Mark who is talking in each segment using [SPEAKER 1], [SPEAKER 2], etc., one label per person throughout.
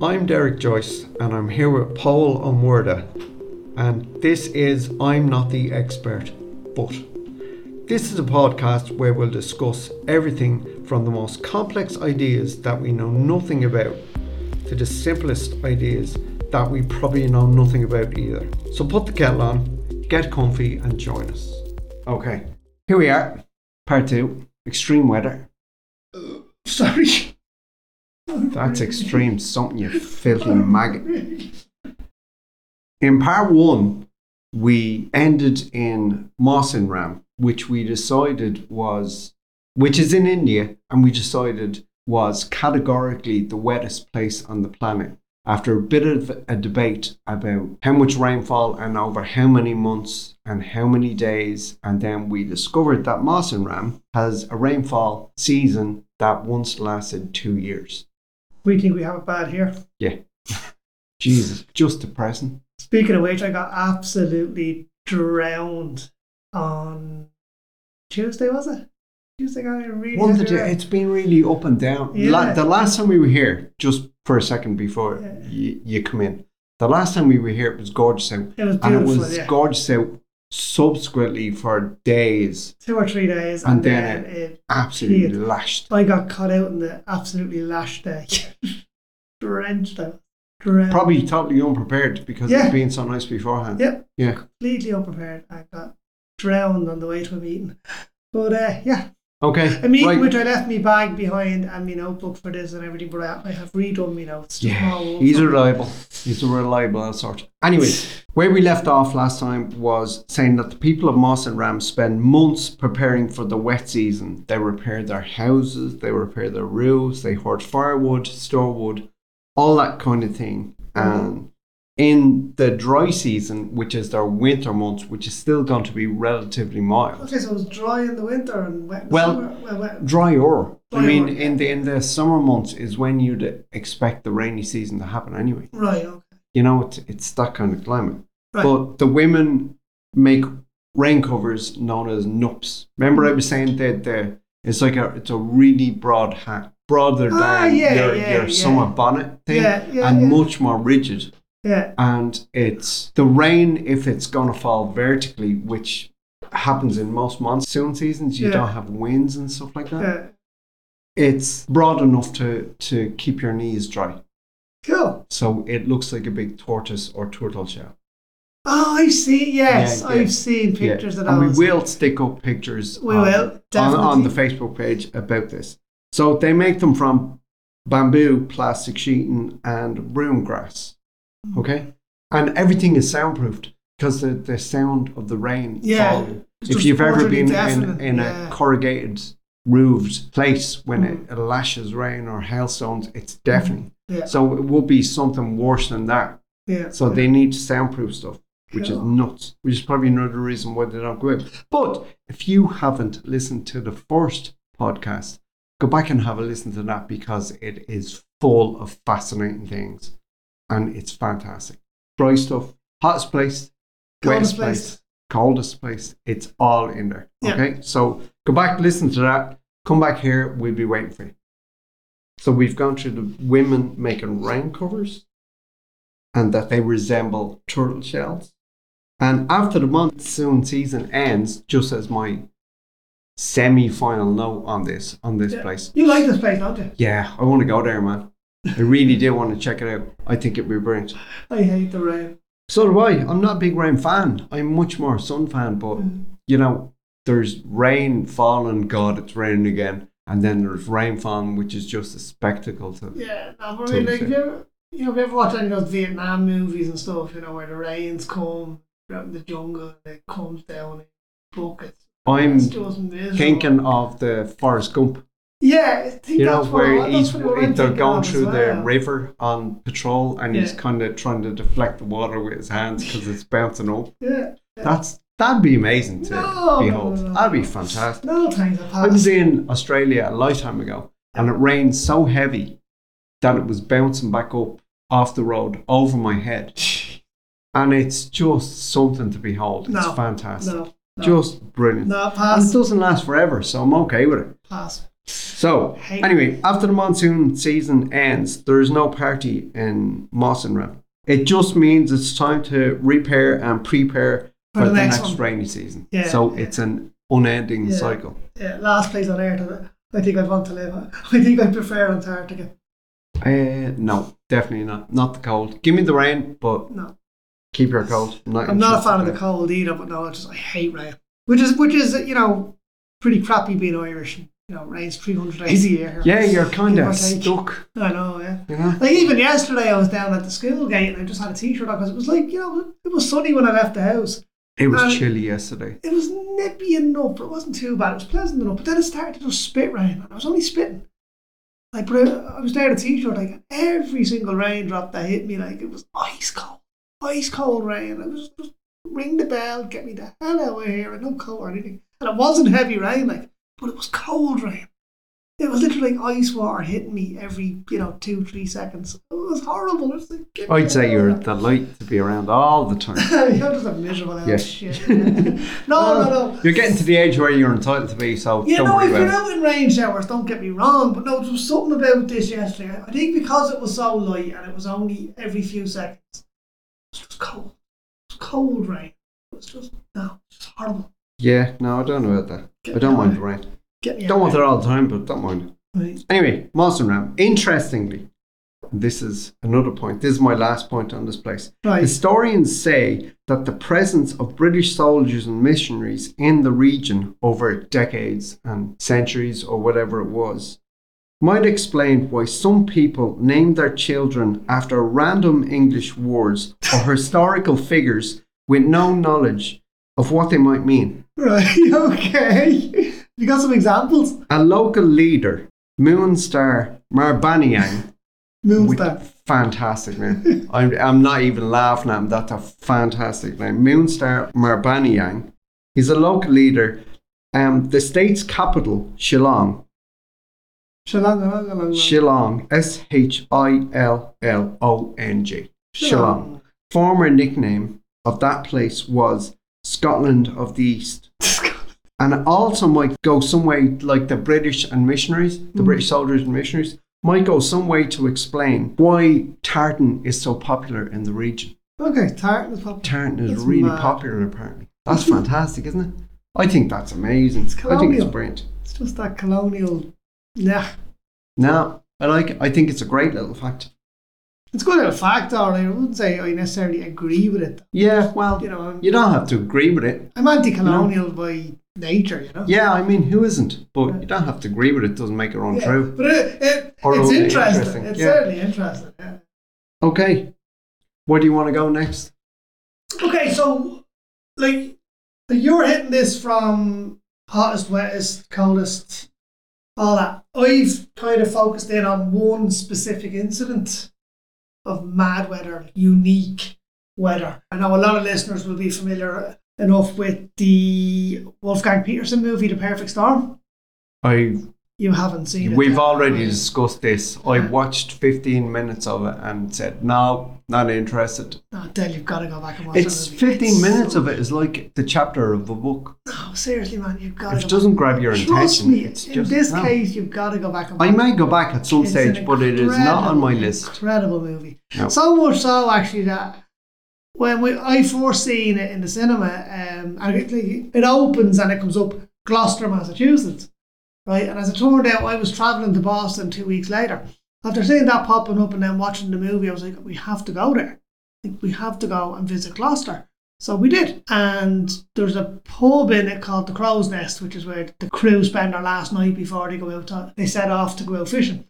[SPEAKER 1] I'm Derek Joyce, and I'm here with Paul Omwerda. And this is I'm Not the Expert, but. This is a podcast where we'll discuss everything from the most complex ideas that we know nothing about to the simplest ideas that we probably know nothing about either. So put the kettle on, get comfy, and join us. Okay, here we are, part two extreme weather.
[SPEAKER 2] Sorry.
[SPEAKER 1] That's extreme something, you filthy maggot. In part one, we ended in Ram, which we decided was, which is in India, and we decided was categorically the wettest place on the planet. After a bit of a debate about how much rainfall and over how many months and how many days, and then we discovered that Ram has a rainfall season that once lasted two years.
[SPEAKER 2] We think we have it bad here.
[SPEAKER 1] Jesus, just depressing.
[SPEAKER 2] Speaking of which, I got absolutely drowned on Tuesday, was it? Tuesday, I really
[SPEAKER 1] Well, the,
[SPEAKER 2] miserable.
[SPEAKER 1] it's been really up and down. La-
[SPEAKER 2] Yeah.
[SPEAKER 1] the last time we were here, just for a second before
[SPEAKER 2] Yeah.
[SPEAKER 1] you, you come in, the last time we were here, it was gorgeous out.
[SPEAKER 2] It was
[SPEAKER 1] And it
[SPEAKER 2] beautiful,
[SPEAKER 1] was
[SPEAKER 2] yeah.
[SPEAKER 1] gorgeous out subsequently for days.
[SPEAKER 2] Two or three days,
[SPEAKER 1] And
[SPEAKER 2] and,
[SPEAKER 1] then
[SPEAKER 2] then, it,
[SPEAKER 1] Absolutely
[SPEAKER 2] Yeah.
[SPEAKER 1] lashed.
[SPEAKER 2] I got caught out in the absolutely lash day. Drenched out. Drenched.
[SPEAKER 1] Probably totally unprepared because
[SPEAKER 2] Yeah.
[SPEAKER 1] it's been so nice beforehand.
[SPEAKER 2] Yep.
[SPEAKER 1] Yeah.
[SPEAKER 2] Completely unprepared. I got drowned on the way to a meeting. But uh, yeah,
[SPEAKER 1] Okay.
[SPEAKER 2] a meeting
[SPEAKER 1] right.
[SPEAKER 2] which I left me bag behind and my notebook for this and everything, but I, I have redone my notes. to
[SPEAKER 1] Yeah,
[SPEAKER 2] follow up
[SPEAKER 1] he's
[SPEAKER 2] on.
[SPEAKER 1] reliable. He's a reliable sort. Anyways, where we left off last time was saying that the people of Moss and Ram spend months preparing for the wet season. They repair their houses, they repair their roofs, they hoard firewood, store wood, all that kind of thing. And in the dry season, which is their winter months, which is still going to be relatively mild,
[SPEAKER 2] Okay, so it was dry in the winter and wet in the
[SPEAKER 1] Well-
[SPEAKER 2] summer. Well, wet.
[SPEAKER 1] drier. I
[SPEAKER 2] Drier,
[SPEAKER 1] mean,
[SPEAKER 2] yeah.
[SPEAKER 1] in the in the summer months is when you'd expect the rainy season to happen anyway.
[SPEAKER 2] Right, okay.
[SPEAKER 1] you know, it's, it's that kind of climate.
[SPEAKER 2] Right.
[SPEAKER 1] But the women make rain covers known as nups. Remember, I was saying that the it's like a it's a really broad hat, broader
[SPEAKER 2] Ah,
[SPEAKER 1] than
[SPEAKER 2] yeah,
[SPEAKER 1] your,
[SPEAKER 2] yeah,
[SPEAKER 1] your
[SPEAKER 2] yeah.
[SPEAKER 1] summer bonnet thing,
[SPEAKER 2] Yeah, yeah,
[SPEAKER 1] and
[SPEAKER 2] yeah.
[SPEAKER 1] much more rigid.
[SPEAKER 2] Yeah,
[SPEAKER 1] And it's the rain if it's gonna fall vertically, which happens in most monsoon seasons. You
[SPEAKER 2] Yeah.
[SPEAKER 1] don't have winds and stuff like that.
[SPEAKER 2] yeah.
[SPEAKER 1] It's broad enough to to keep your knees dry.
[SPEAKER 2] Cool.
[SPEAKER 1] So it looks like a big tortoise or turtle shell.
[SPEAKER 2] Oh, I see. Yes,
[SPEAKER 1] Yeah, yeah.
[SPEAKER 2] I've seen
[SPEAKER 1] Yeah,
[SPEAKER 2] pictures of
[SPEAKER 1] and
[SPEAKER 2] those.
[SPEAKER 1] we will stick up pictures
[SPEAKER 2] We
[SPEAKER 1] on,
[SPEAKER 2] will,
[SPEAKER 1] on, on the
[SPEAKER 2] definitely.
[SPEAKER 1] facebook page about this so they make them from bamboo plastic sheeting and broom grass
[SPEAKER 2] Mm.
[SPEAKER 1] okay and everything is soundproofed because the, the sound of the rain
[SPEAKER 2] Yeah,
[SPEAKER 1] falling.
[SPEAKER 2] it's
[SPEAKER 1] if
[SPEAKER 2] just
[SPEAKER 1] you've ever
[SPEAKER 2] utterly
[SPEAKER 1] been in,
[SPEAKER 2] deafening,
[SPEAKER 1] in
[SPEAKER 2] yeah. Mm.
[SPEAKER 1] a corrugated roofed place when it, it lashes rain or hailstones it's deafening
[SPEAKER 2] Yeah.
[SPEAKER 1] so it will be something worse than that
[SPEAKER 2] Yeah.
[SPEAKER 1] so they need soundproof stuff, which is
[SPEAKER 2] Cool.
[SPEAKER 1] nuts, which is probably another reason why they don't go out. But if you haven't listened to the first podcast, go back and have a listen to that because it is full of fascinating things and it's fantastic. Dry stuff, hottest place,
[SPEAKER 2] Coldest
[SPEAKER 1] wettest place.
[SPEAKER 2] place.
[SPEAKER 1] coldest place, it's all in there.
[SPEAKER 2] Yeah.
[SPEAKER 1] Okay, so go back, listen to that, come back here, we'll be waiting for you. So we've gone through the women making rain covers and that they resemble turtle shells. And after the monsoon season ends, just as my semi final note on this on this
[SPEAKER 2] Yeah.
[SPEAKER 1] place.
[SPEAKER 2] You like this place, don't you?
[SPEAKER 1] Yeah, I want to go there, man. I really do want to check it out. I think it'd be brilliant.
[SPEAKER 2] I hate the rain.
[SPEAKER 1] So do I. I'm not a big rain fan. I'm much more a sun fan, but you know, there's rain falling, God, it's raining again. And then there's rain falling, which is just a spectacle to
[SPEAKER 2] Yeah, no, I
[SPEAKER 1] Totally
[SPEAKER 2] mean, like,
[SPEAKER 1] fair.
[SPEAKER 2] you, ever, you know, if you ever watch any of those Vietnam movies and stuff, you know, where the rains come out in the jungle and it comes down in buckets.
[SPEAKER 1] I'm
[SPEAKER 2] It's just miserable.
[SPEAKER 1] thinking of the Forrest Gump,
[SPEAKER 2] Yeah, I think
[SPEAKER 1] you know,
[SPEAKER 2] that's what I-
[SPEAKER 1] where
[SPEAKER 2] that's
[SPEAKER 1] he's
[SPEAKER 2] what I'm
[SPEAKER 1] they're
[SPEAKER 2] thinking
[SPEAKER 1] going
[SPEAKER 2] of as
[SPEAKER 1] through the
[SPEAKER 2] well.
[SPEAKER 1] river on patrol and he's
[SPEAKER 2] Yeah.
[SPEAKER 1] kind of trying to deflect the water with his hands because it's bouncing up.
[SPEAKER 2] Yeah.
[SPEAKER 1] That's that'd be amazing to
[SPEAKER 2] No, no,
[SPEAKER 1] behold.
[SPEAKER 2] no, no.
[SPEAKER 1] That'd be fantastic.
[SPEAKER 2] No, thanks. I
[SPEAKER 1] I
[SPEAKER 2] pass.
[SPEAKER 1] was in Australia a lifetime ago, and it rained so heavy that it was bouncing back up off the road over my head. And it's just something to behold. It's
[SPEAKER 2] No,
[SPEAKER 1] fantastic.
[SPEAKER 2] No, no.
[SPEAKER 1] Just brilliant.
[SPEAKER 2] No,
[SPEAKER 1] And it
[SPEAKER 2] pass.
[SPEAKER 1] doesn't last forever, so I'm okay with it.
[SPEAKER 2] Pass.
[SPEAKER 1] So,
[SPEAKER 2] Hey.
[SPEAKER 1] anyway, after the monsoon season ends, there is no party in Mossinram. It just means it's time to repair and prepare for, the next,
[SPEAKER 2] one.
[SPEAKER 1] rainy season.
[SPEAKER 2] Yeah.
[SPEAKER 1] So, it's an unending
[SPEAKER 2] Yeah.
[SPEAKER 1] cycle.
[SPEAKER 2] Yeah, last place on earth. and I think I'd want to live. I think I'd prefer Antarctica.
[SPEAKER 1] Uh, no, definitely not. Not the cold. Give me the rain, but
[SPEAKER 2] No,
[SPEAKER 1] keep your cold.
[SPEAKER 2] I'm not a fan of the cold either. But no, I just I hate rain, which is which is you know pretty crappy being Irish. You know, rains 300 days a year.
[SPEAKER 1] Yeah, you're kind
[SPEAKER 2] Give
[SPEAKER 1] of
[SPEAKER 2] or take.
[SPEAKER 1] stuck,
[SPEAKER 2] I know. Yeah.
[SPEAKER 1] you know?
[SPEAKER 2] Like even yesterday, I was down at the school gate and I just had a t-shirt on because it was like you know it was sunny when I left the house.
[SPEAKER 1] It was
[SPEAKER 2] Um,
[SPEAKER 1] chilly yesterday.
[SPEAKER 2] It was nippy enough, but it wasn't too bad. It was pleasant enough. But then it started to just spit rain, and I was only spitting. Like, but I, I was there in a t-shirt. Like and every single raindrop that hit me, like it was ice cold, ice cold rain. I was just ring the bell, get me the hell out of here, and no coat or anything. And it wasn't heavy rain, like, but it was cold rain. It was literally like ice water hitting me every, you know, two, three seconds. It was horrible. It was like, get me
[SPEAKER 1] I'd say
[SPEAKER 2] out
[SPEAKER 1] you're a
[SPEAKER 2] of here.
[SPEAKER 1] delight to be around all the time.
[SPEAKER 2] you're just a miserable old
[SPEAKER 1] Yeah.
[SPEAKER 2] Oh, shit. no, no, no.
[SPEAKER 1] Oh. You're getting to the age where you're entitled to be, so
[SPEAKER 2] Yeah,
[SPEAKER 1] don't
[SPEAKER 2] no,
[SPEAKER 1] worry
[SPEAKER 2] if you're
[SPEAKER 1] about it.
[SPEAKER 2] out in rain showers, don't get me wrong, but no, there was something about this yesterday. I think because it was so light and it was only every few seconds, it was just cold. It was cold rain. It was just, no, it's just horrible.
[SPEAKER 1] Yeah, no, I don't know about that.
[SPEAKER 2] Get
[SPEAKER 1] I don't
[SPEAKER 2] me
[SPEAKER 1] mind
[SPEAKER 2] out.
[SPEAKER 1] the rain.
[SPEAKER 2] Get me
[SPEAKER 1] Don't
[SPEAKER 2] out
[SPEAKER 1] want it all the time, but don't mind it.
[SPEAKER 2] there. Right.
[SPEAKER 1] Anyway, Monster Ram. Interestingly, this is another point. This is my last point on this place.
[SPEAKER 2] Right.
[SPEAKER 1] Historians say that the presence of British soldiers and missionaries in the region over decades and centuries or whatever it was might explain why some people name their children after random English words or historical figures with no knowledge of what they might mean.
[SPEAKER 2] Right, okay. You got some examples?
[SPEAKER 1] A local leader, Moonstar Marbaniang, With-
[SPEAKER 2] Moonstar.
[SPEAKER 1] Fantastic name. I'm, I'm not even laughing at him. That's a fantastic name. Moonstar Marbaniang. He's a local leader. Um, the state's capital, Shillong.
[SPEAKER 2] Shillong.
[SPEAKER 1] Shillong. S H I L L O N G. Shillong. Former nickname of that place was Scotland of the East. And it also might go some way, like the British and missionaries, the
[SPEAKER 2] Mm.
[SPEAKER 1] British soldiers and missionaries, might go some way to explain why tartan is so popular in the region.
[SPEAKER 2] Okay, tartan is popular.
[SPEAKER 1] Tartan is
[SPEAKER 2] It's
[SPEAKER 1] really
[SPEAKER 2] mad.
[SPEAKER 1] popular, apparently. That's fantastic, isn't it? I think that's amazing.
[SPEAKER 2] It's
[SPEAKER 1] I think it's
[SPEAKER 2] colonial.
[SPEAKER 1] brilliant.
[SPEAKER 2] It's just that colonial. Nah.
[SPEAKER 1] Now, I like it. I think it's a great little fact.
[SPEAKER 2] It's good little fact, all right. I wouldn't say I necessarily agree with it.
[SPEAKER 1] Yeah, well,
[SPEAKER 2] You know, um, I'm,
[SPEAKER 1] you don't have to agree with it.
[SPEAKER 2] I'm anti-colonial by nature, you know.
[SPEAKER 1] Yeah, I mean, who isn't? But you don't have to agree with it. Doesn't make it
[SPEAKER 2] Yeah,
[SPEAKER 1] untrue.
[SPEAKER 2] But uh, it, it,
[SPEAKER 1] Or
[SPEAKER 2] it's
[SPEAKER 1] only
[SPEAKER 2] interesting.
[SPEAKER 1] interesting,
[SPEAKER 2] It's
[SPEAKER 1] yeah.
[SPEAKER 2] certainly interesting. Yeah.
[SPEAKER 1] Okay. Where do you want to go next?
[SPEAKER 2] Okay, so like, so you're hitting this from hottest, wettest, coldest, all that. I've kind of focused in on one specific incident of mad weather, unique weather. I know a lot of listeners will be familiar enough with the Wolfgang Peterson movie, The Perfect Storm.
[SPEAKER 1] I
[SPEAKER 2] You haven't seen it.
[SPEAKER 1] we've
[SPEAKER 2] have
[SPEAKER 1] already
[SPEAKER 2] you?
[SPEAKER 1] discussed this. I watched 15 minutes of it and said no, not interested.
[SPEAKER 2] No, Dale, you've got to go back and watch
[SPEAKER 1] It's
[SPEAKER 2] that movie.
[SPEAKER 1] 15 minutes
[SPEAKER 2] so-
[SPEAKER 1] of it is like the chapter of a book.
[SPEAKER 2] No, Oh, seriously, man, you've got to.
[SPEAKER 1] If it doesn't grab your
[SPEAKER 2] Trust
[SPEAKER 1] attention,
[SPEAKER 2] me,
[SPEAKER 1] it's
[SPEAKER 2] in
[SPEAKER 1] just
[SPEAKER 2] this
[SPEAKER 1] no.
[SPEAKER 2] case, you've got to go back and
[SPEAKER 1] I
[SPEAKER 2] watch
[SPEAKER 1] may go back at some
[SPEAKER 2] It's an
[SPEAKER 1] stage, but it is not on my list.
[SPEAKER 2] Incredible movie.
[SPEAKER 1] No.
[SPEAKER 2] So much so actually that when we I first seen it in the cinema, um, and it, like, it opens and it comes up Gloucester, Massachusetts, right? And as it turned out, I was traveling to Boston two weeks later. After seeing that popping up and then watching the movie, I was like, we have to go there. Like, we have to go and visit Gloucester. So we did. And there's a pub in it called the Crow's Nest, which is where the crew spend their last night before they go out. To, they set off to go out fishing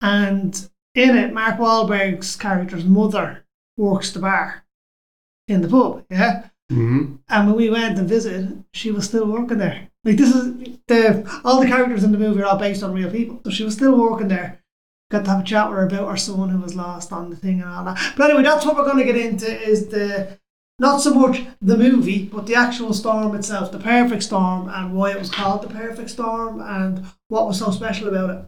[SPEAKER 2] and in it, Mark Wahlberg's character's mother works the bar in the pub. Yeah,
[SPEAKER 1] hmm
[SPEAKER 2] and when we went and visited, she was still working there. Like this is the all the characters in the movie are all based on real people, so she was still working there. Got to have a chat with her about her son who was lost on the thing and all that. But anyway, that's what we're going to get into is the not so much the movie, but the actual storm itself, the perfect storm, and why it was called the perfect storm, and what was so special about it.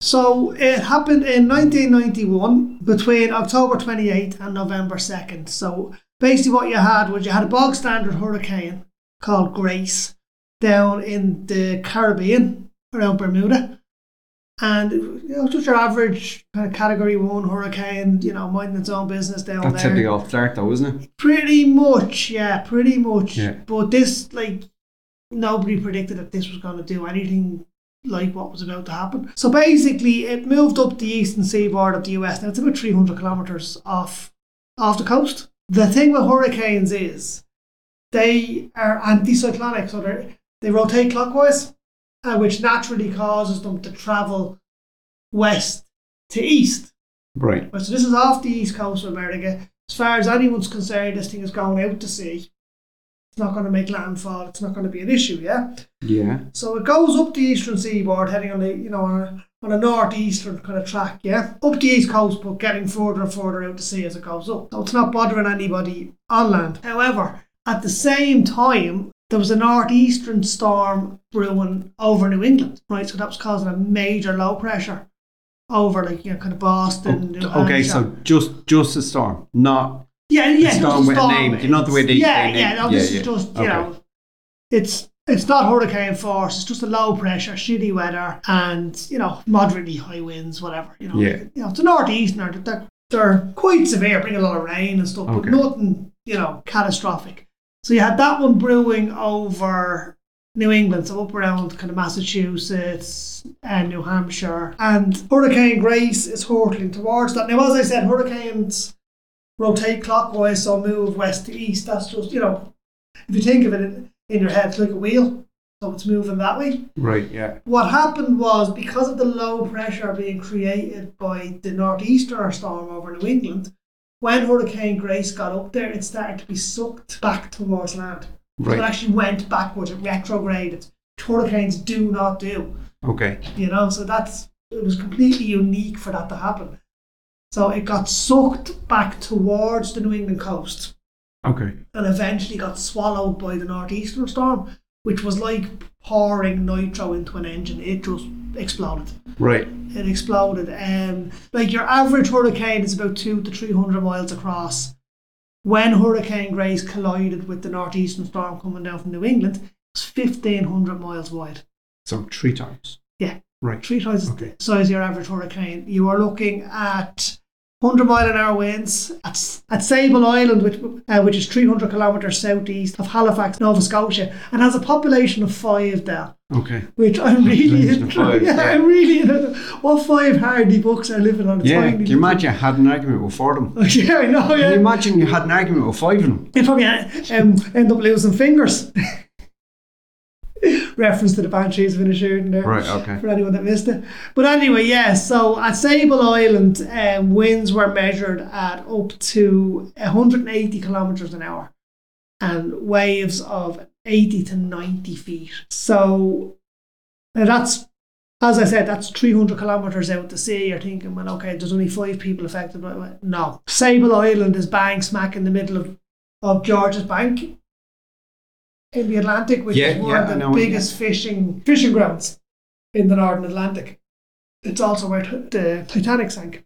[SPEAKER 2] So it happened in 1991 between October 28th and November 2nd. So basically, what you had was you had a bog standard hurricane called Grace down in the Caribbean around Bermuda. And you know, just your average kind of category one hurricane, you know, minding its own business down
[SPEAKER 1] That's
[SPEAKER 2] there.
[SPEAKER 1] tipping off Dart, though, isn't it?
[SPEAKER 2] Pretty much, yeah, pretty much.
[SPEAKER 1] Yeah.
[SPEAKER 2] But this, like, nobody predicted that this was going to do anything like what was about to happen. So basically, it moved up the eastern seaboard of the US. Now it's about 300 kilometers off, off the coast. The thing with hurricanes is they are anticyclonic, so they they rotate clockwise, uh, which naturally causes them to travel west to east.
[SPEAKER 1] Right.
[SPEAKER 2] Right, so this is off the east coast of America. As far as anyone's concerned, this thing is going out to sea. It's not going to make landfall. It's not going to be an issue, yeah.
[SPEAKER 1] Yeah.
[SPEAKER 2] So it goes up the eastern seaboard, heading on the you know on a, on a northeastern kind of track, yeah, up the east coast, but getting further and further out to sea as it goes up. So it's not bothering anybody on land. However, at the same time, there was a northeastern storm brewing over New England, right? So that was causing a major low pressure over like you know kind of Boston. New
[SPEAKER 1] Oh, okay,
[SPEAKER 2] Hampshire.
[SPEAKER 1] so just just a storm, not
[SPEAKER 2] Yeah, yeah.
[SPEAKER 1] It's
[SPEAKER 2] not
[SPEAKER 1] gone
[SPEAKER 2] just
[SPEAKER 1] with a
[SPEAKER 2] storm.
[SPEAKER 1] name. You know the way they-
[SPEAKER 2] Yeah,
[SPEAKER 1] they name-
[SPEAKER 2] yeah. No,
[SPEAKER 1] yeah,
[SPEAKER 2] this
[SPEAKER 1] yeah.
[SPEAKER 2] is just you
[SPEAKER 1] Okay.
[SPEAKER 2] know, it's it's not hurricane force. It's just a low pressure, shitty weather, and you know, moderately high winds, whatever. You know,
[SPEAKER 1] Yeah.
[SPEAKER 2] you know, it's a northeasterner. They're- They're they're quite severe, bring a lot of rain and stuff,
[SPEAKER 1] Okay.
[SPEAKER 2] but nothing you know catastrophic. So you had that one brewing over New England, so up around kind of Massachusetts and New Hampshire. And Hurricane Grace is hurtling towards that. Now, as I said, hurricanes rotate clockwise, so move west to east. That's just, you know, if you think of it in, in your head, it's like a wheel. So it's moving that way.
[SPEAKER 1] right. Yeah.
[SPEAKER 2] What happened was because of the low pressure being created by the northeaster storm over New England, when Hurricane Grace got up there, it started to be sucked back towards land. So it
[SPEAKER 1] Right.
[SPEAKER 2] actually went backwards, it retrograded. Hurricanes do not do,
[SPEAKER 1] Okay.
[SPEAKER 2] you know, so that's it was completely unique for that to happen. So it got sucked back towards the New England coast
[SPEAKER 1] Okay.
[SPEAKER 2] and eventually got swallowed by the northeastern storm, which was like pouring nitro into an engine. It just exploded.
[SPEAKER 1] Right.
[SPEAKER 2] It exploded. Um, like your average hurricane is about two to three hundred miles across. When Hurricane Grace collided with the northeastern storm coming down from New England, it was fifteen hundred miles wide.
[SPEAKER 1] So three times.
[SPEAKER 2] Yeah.
[SPEAKER 1] Right.
[SPEAKER 2] Three times
[SPEAKER 1] Okay.
[SPEAKER 2] the size of your average hurricane. You are looking at 100 mile an hour winds at, at Sable Island, which, uh, which is 300 kilometres southeast of Halifax, Nova Scotia, and has a population of five there.
[SPEAKER 1] Okay.
[SPEAKER 2] Which I'm really
[SPEAKER 1] Population of
[SPEAKER 2] interested.
[SPEAKER 1] five,
[SPEAKER 2] Yeah,
[SPEAKER 1] yeah.
[SPEAKER 2] I'm really inter- What five hardy books are living on a
[SPEAKER 1] Yeah.
[SPEAKER 2] tiny
[SPEAKER 1] Can you imagine you had an argument with four of them?
[SPEAKER 2] little- Yeah, I know.
[SPEAKER 1] Can you
[SPEAKER 2] Yeah,
[SPEAKER 1] imagine you had an argument with five of them?
[SPEAKER 2] they probably uh, um, end up losing fingers. Reference to the Banshees of Inisherin there.
[SPEAKER 1] Right. Okay.
[SPEAKER 2] for anyone that missed it. But anyway, yeah, so at Sable Island, um, winds were measured at up to 180 kilometres an hour and waves of 80 to 90 feet. So now that's, as I said, that's 300 kilometres out to sea. You're thinking, well, okay, there's only five people affected. by it. No. Sable Island is bang smack in the middle of, of George's Bank. In the Atlantic, which
[SPEAKER 1] Yeah,
[SPEAKER 2] is one
[SPEAKER 1] yeah, I
[SPEAKER 2] of the
[SPEAKER 1] know it, yeah.
[SPEAKER 2] biggest fishing fishing grounds in the northern Atlantic. It's also where t- the Titanic sank,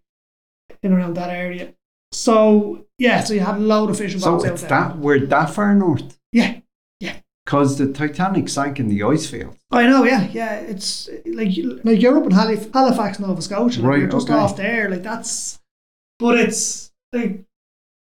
[SPEAKER 2] in around that area. So yeah, so you had a load of fishing
[SPEAKER 1] So
[SPEAKER 2] boats out
[SPEAKER 1] it's
[SPEAKER 2] there.
[SPEAKER 1] that we're that far north
[SPEAKER 2] Yeah,
[SPEAKER 1] because the Titanic sank in the ice field.
[SPEAKER 2] I know. Yeah, yeah. It's like like you're up in Halif- Halifax, Nova Scotia. Like
[SPEAKER 1] Right,
[SPEAKER 2] You're just
[SPEAKER 1] okay.
[SPEAKER 2] off there. Like that's, but it's like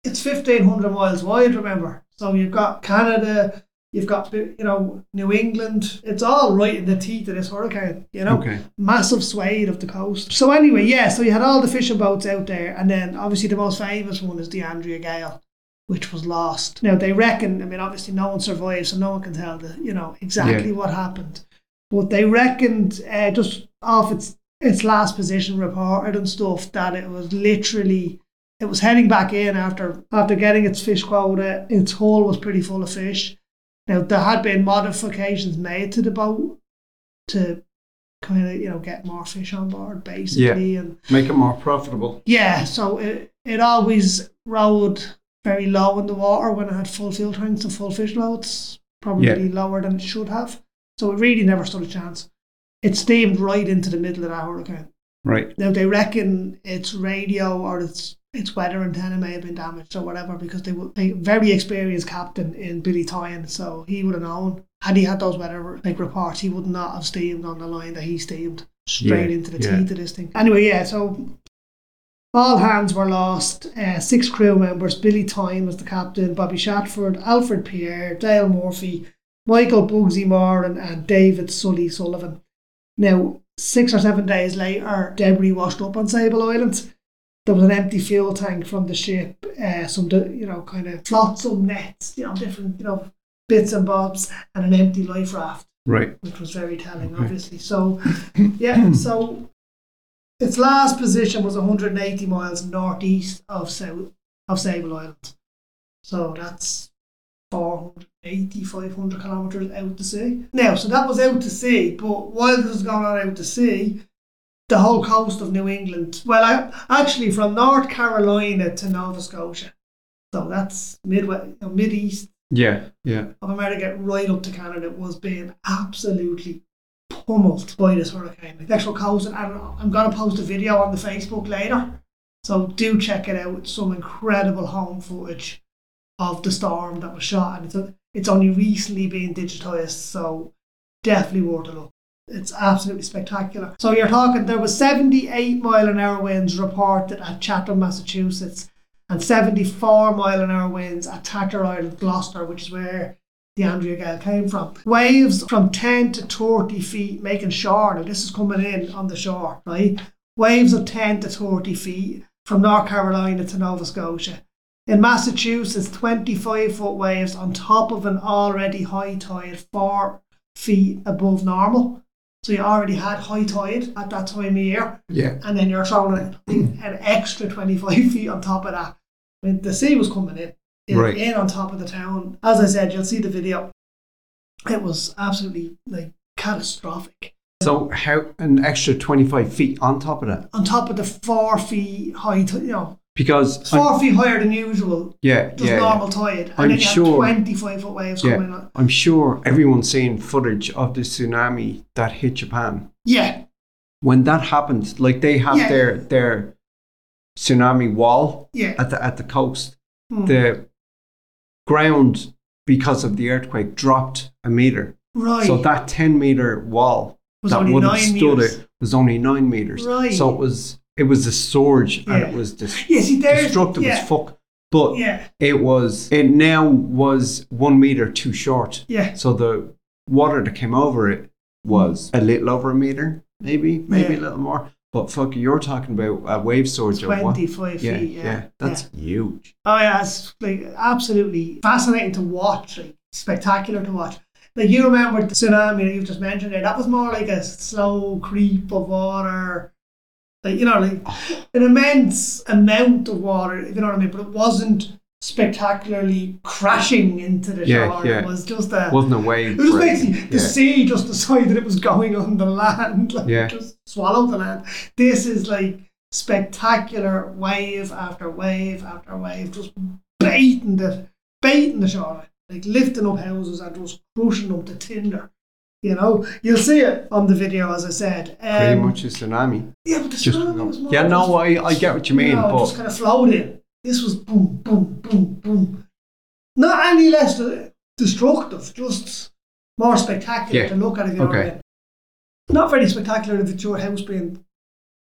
[SPEAKER 2] it's fifteen hundred miles wide. Remember, so you've got Canada. You've got you know New England. It's all right in the teeth of this hurricane. You know.
[SPEAKER 1] Okay.
[SPEAKER 2] massive swathe of the coast. So anyway, yeah, so you had all the fishing boats out there, and then obviously the most famous one is the Andrea Gale, which was lost. Now they reckon, I mean, obviously no one survived, so no one can tell the you know exactly what happened, but they reckoned uh, just off its its last position reported and stuff that it was literally. It was heading back in after after getting its fish quota. Its hull was pretty full of fish. Now there had been modifications made to the boat to kind of you know get more fish on board basically and
[SPEAKER 1] Make it more profitable.
[SPEAKER 2] yeah so it, it always rode very low in the water when it had full fuel tanks and full fish loads probably lower than it should have so it really never stood a chance it steamed right into the middle of that hurricane
[SPEAKER 1] Right.
[SPEAKER 2] now they reckon its radio or its its weather antenna may have been damaged or whatever because they were a very experienced captain in Billy Tyan, so he would have known had he had those weather like reports, he would not have steamed on the line that he steamed straight
[SPEAKER 3] Yeah,
[SPEAKER 2] into the
[SPEAKER 3] yeah.
[SPEAKER 2] teeth of this thing. Anyway, yeah, so all hands were lost. Uh, six crew members. Billy Tyne was the captain. Bobby Shatford, Alfred Pierre, Dale Murphy, Michael Bugsy Moran, and David Sully Sullivan. Now, six or seven days later, debris washed up on Sable Island. There was an empty fuel tank from the ship. Uh, some, d- you know, kind of flotsam nets, you know, different, you know, bits and bobs, and an empty life raft
[SPEAKER 1] Right.
[SPEAKER 2] which was very telling,
[SPEAKER 1] Okay.
[SPEAKER 2] obviously. So, yeah, so its last position was 180 miles northeast of Sable, of Sable Island. So that's 480, 500 kilometres out to sea. Now, so that was out to sea, but while this was going on out to sea, the whole coast of New England, well, I, actually from North Carolina to Nova Scotia. So that's midway, mid east
[SPEAKER 1] Yeah. Yeah.
[SPEAKER 2] of America right up to Canada was being absolutely pummeled by this hurricane. Like, the actual cause, and I'm going to post a video on the Facebook later, so do check it out. It's some incredible home footage of the storm that was shot, and it's it's only recently being digitized, so definitely worth a look. It's absolutely spectacular. So you're talking there was 78 mile an hour winds reported at Chatham, Massachusetts, and 74 mile an hour winds at Tatter Island, Gloucester, which is where the Andrea Gale came from. Waves from 10 to 30 feet making shore. Now, this is coming in on the shore, right? Waves of 10 to 30 feet from North Carolina to Nova Scotia. In Massachusetts, 25 foot waves on top of an already high tide, four feet above normal. So you already had high tide at that time of year
[SPEAKER 1] Yeah.
[SPEAKER 2] and then you're throwing an, an extra 25 feet on top of that. I mean, the sea was coming in, in,
[SPEAKER 1] Right.
[SPEAKER 2] in on top of the town. As I said, you'll see the video. It was absolutely like catastrophic.
[SPEAKER 1] So how an extra 25 feet on top of that?
[SPEAKER 2] On top of the four feet high, t- you know,
[SPEAKER 1] Because I'm,
[SPEAKER 2] 4 feet higher than usual,
[SPEAKER 1] yeah,
[SPEAKER 2] just
[SPEAKER 1] yeah, yeah.
[SPEAKER 2] normal tide. And
[SPEAKER 1] I'm
[SPEAKER 2] then you
[SPEAKER 1] sure-
[SPEAKER 2] had 25 foot waves
[SPEAKER 1] Yeah.
[SPEAKER 2] coming on.
[SPEAKER 1] I'm sure everyone's seen footage of the tsunami that hit Japan.
[SPEAKER 2] Yeah,
[SPEAKER 1] When that happened, like they have
[SPEAKER 2] Yeah.
[SPEAKER 1] their their tsunami wall
[SPEAKER 2] yeah.
[SPEAKER 1] at the at the coast,
[SPEAKER 2] Mm.
[SPEAKER 1] the ground because of the earthquake dropped a meter.
[SPEAKER 2] right.
[SPEAKER 1] So that 10 meter wall
[SPEAKER 2] was
[SPEAKER 1] that
[SPEAKER 2] only
[SPEAKER 1] would have
[SPEAKER 2] nine
[SPEAKER 1] stood
[SPEAKER 2] meters.
[SPEAKER 1] it was only nine meters.
[SPEAKER 2] Right.
[SPEAKER 1] So it was it was a surge and it
[SPEAKER 2] Yeah.
[SPEAKER 1] was dis-
[SPEAKER 2] Yeah, see, there's.
[SPEAKER 1] destructive
[SPEAKER 2] yeah,
[SPEAKER 1] as fuck. But
[SPEAKER 2] Yeah,
[SPEAKER 1] it was it now was one meter too short.
[SPEAKER 2] yeah.
[SPEAKER 1] So the water that came over it was a little over a meter, maybe, maybe a
[SPEAKER 2] Mm. Yeah.
[SPEAKER 1] little more. But fuck, you're talking about a wave surge of what?
[SPEAKER 2] 25
[SPEAKER 1] Yeah,
[SPEAKER 2] feet.
[SPEAKER 1] yeah, that's huge.
[SPEAKER 2] Oh yeah, it's like absolutely fascinating to watch, like spectacular to watch. Like you remember the tsunami that you've just mentioned there, that was more like a slow creep of water. Like you know, like an immense amount of water, if you know what I mean, but it wasn't spectacularly crashing into the
[SPEAKER 1] Yeah,
[SPEAKER 2] shore.
[SPEAKER 1] yeah.
[SPEAKER 2] It was just a
[SPEAKER 1] Wasn't a wave.
[SPEAKER 2] it was
[SPEAKER 1] break.
[SPEAKER 2] basically the
[SPEAKER 1] Yeah.
[SPEAKER 2] sea just decided it was going on the land, like
[SPEAKER 1] Yeah.
[SPEAKER 2] just swallowed the land. This is like spectacular wave after wave after wave, just baiting the baiting the shoreline, like lifting up houses and just crushing them to tinder. You know, you'll see it on the video, as I said. Um,
[SPEAKER 1] Pretty much a tsunami.
[SPEAKER 2] Yeah, but the
[SPEAKER 1] Just
[SPEAKER 2] tsunami was more
[SPEAKER 1] yeah,
[SPEAKER 2] just-
[SPEAKER 1] no, I, I get what you mean,
[SPEAKER 2] no, it just
[SPEAKER 1] but
[SPEAKER 2] kind of floated. This was boom, boom, boom, boom. Not any less de- destructive, just more spectacular
[SPEAKER 1] Yeah.
[SPEAKER 2] to look at. If you know what I
[SPEAKER 1] Okay.
[SPEAKER 2] mean. Not very spectacular if it's your house being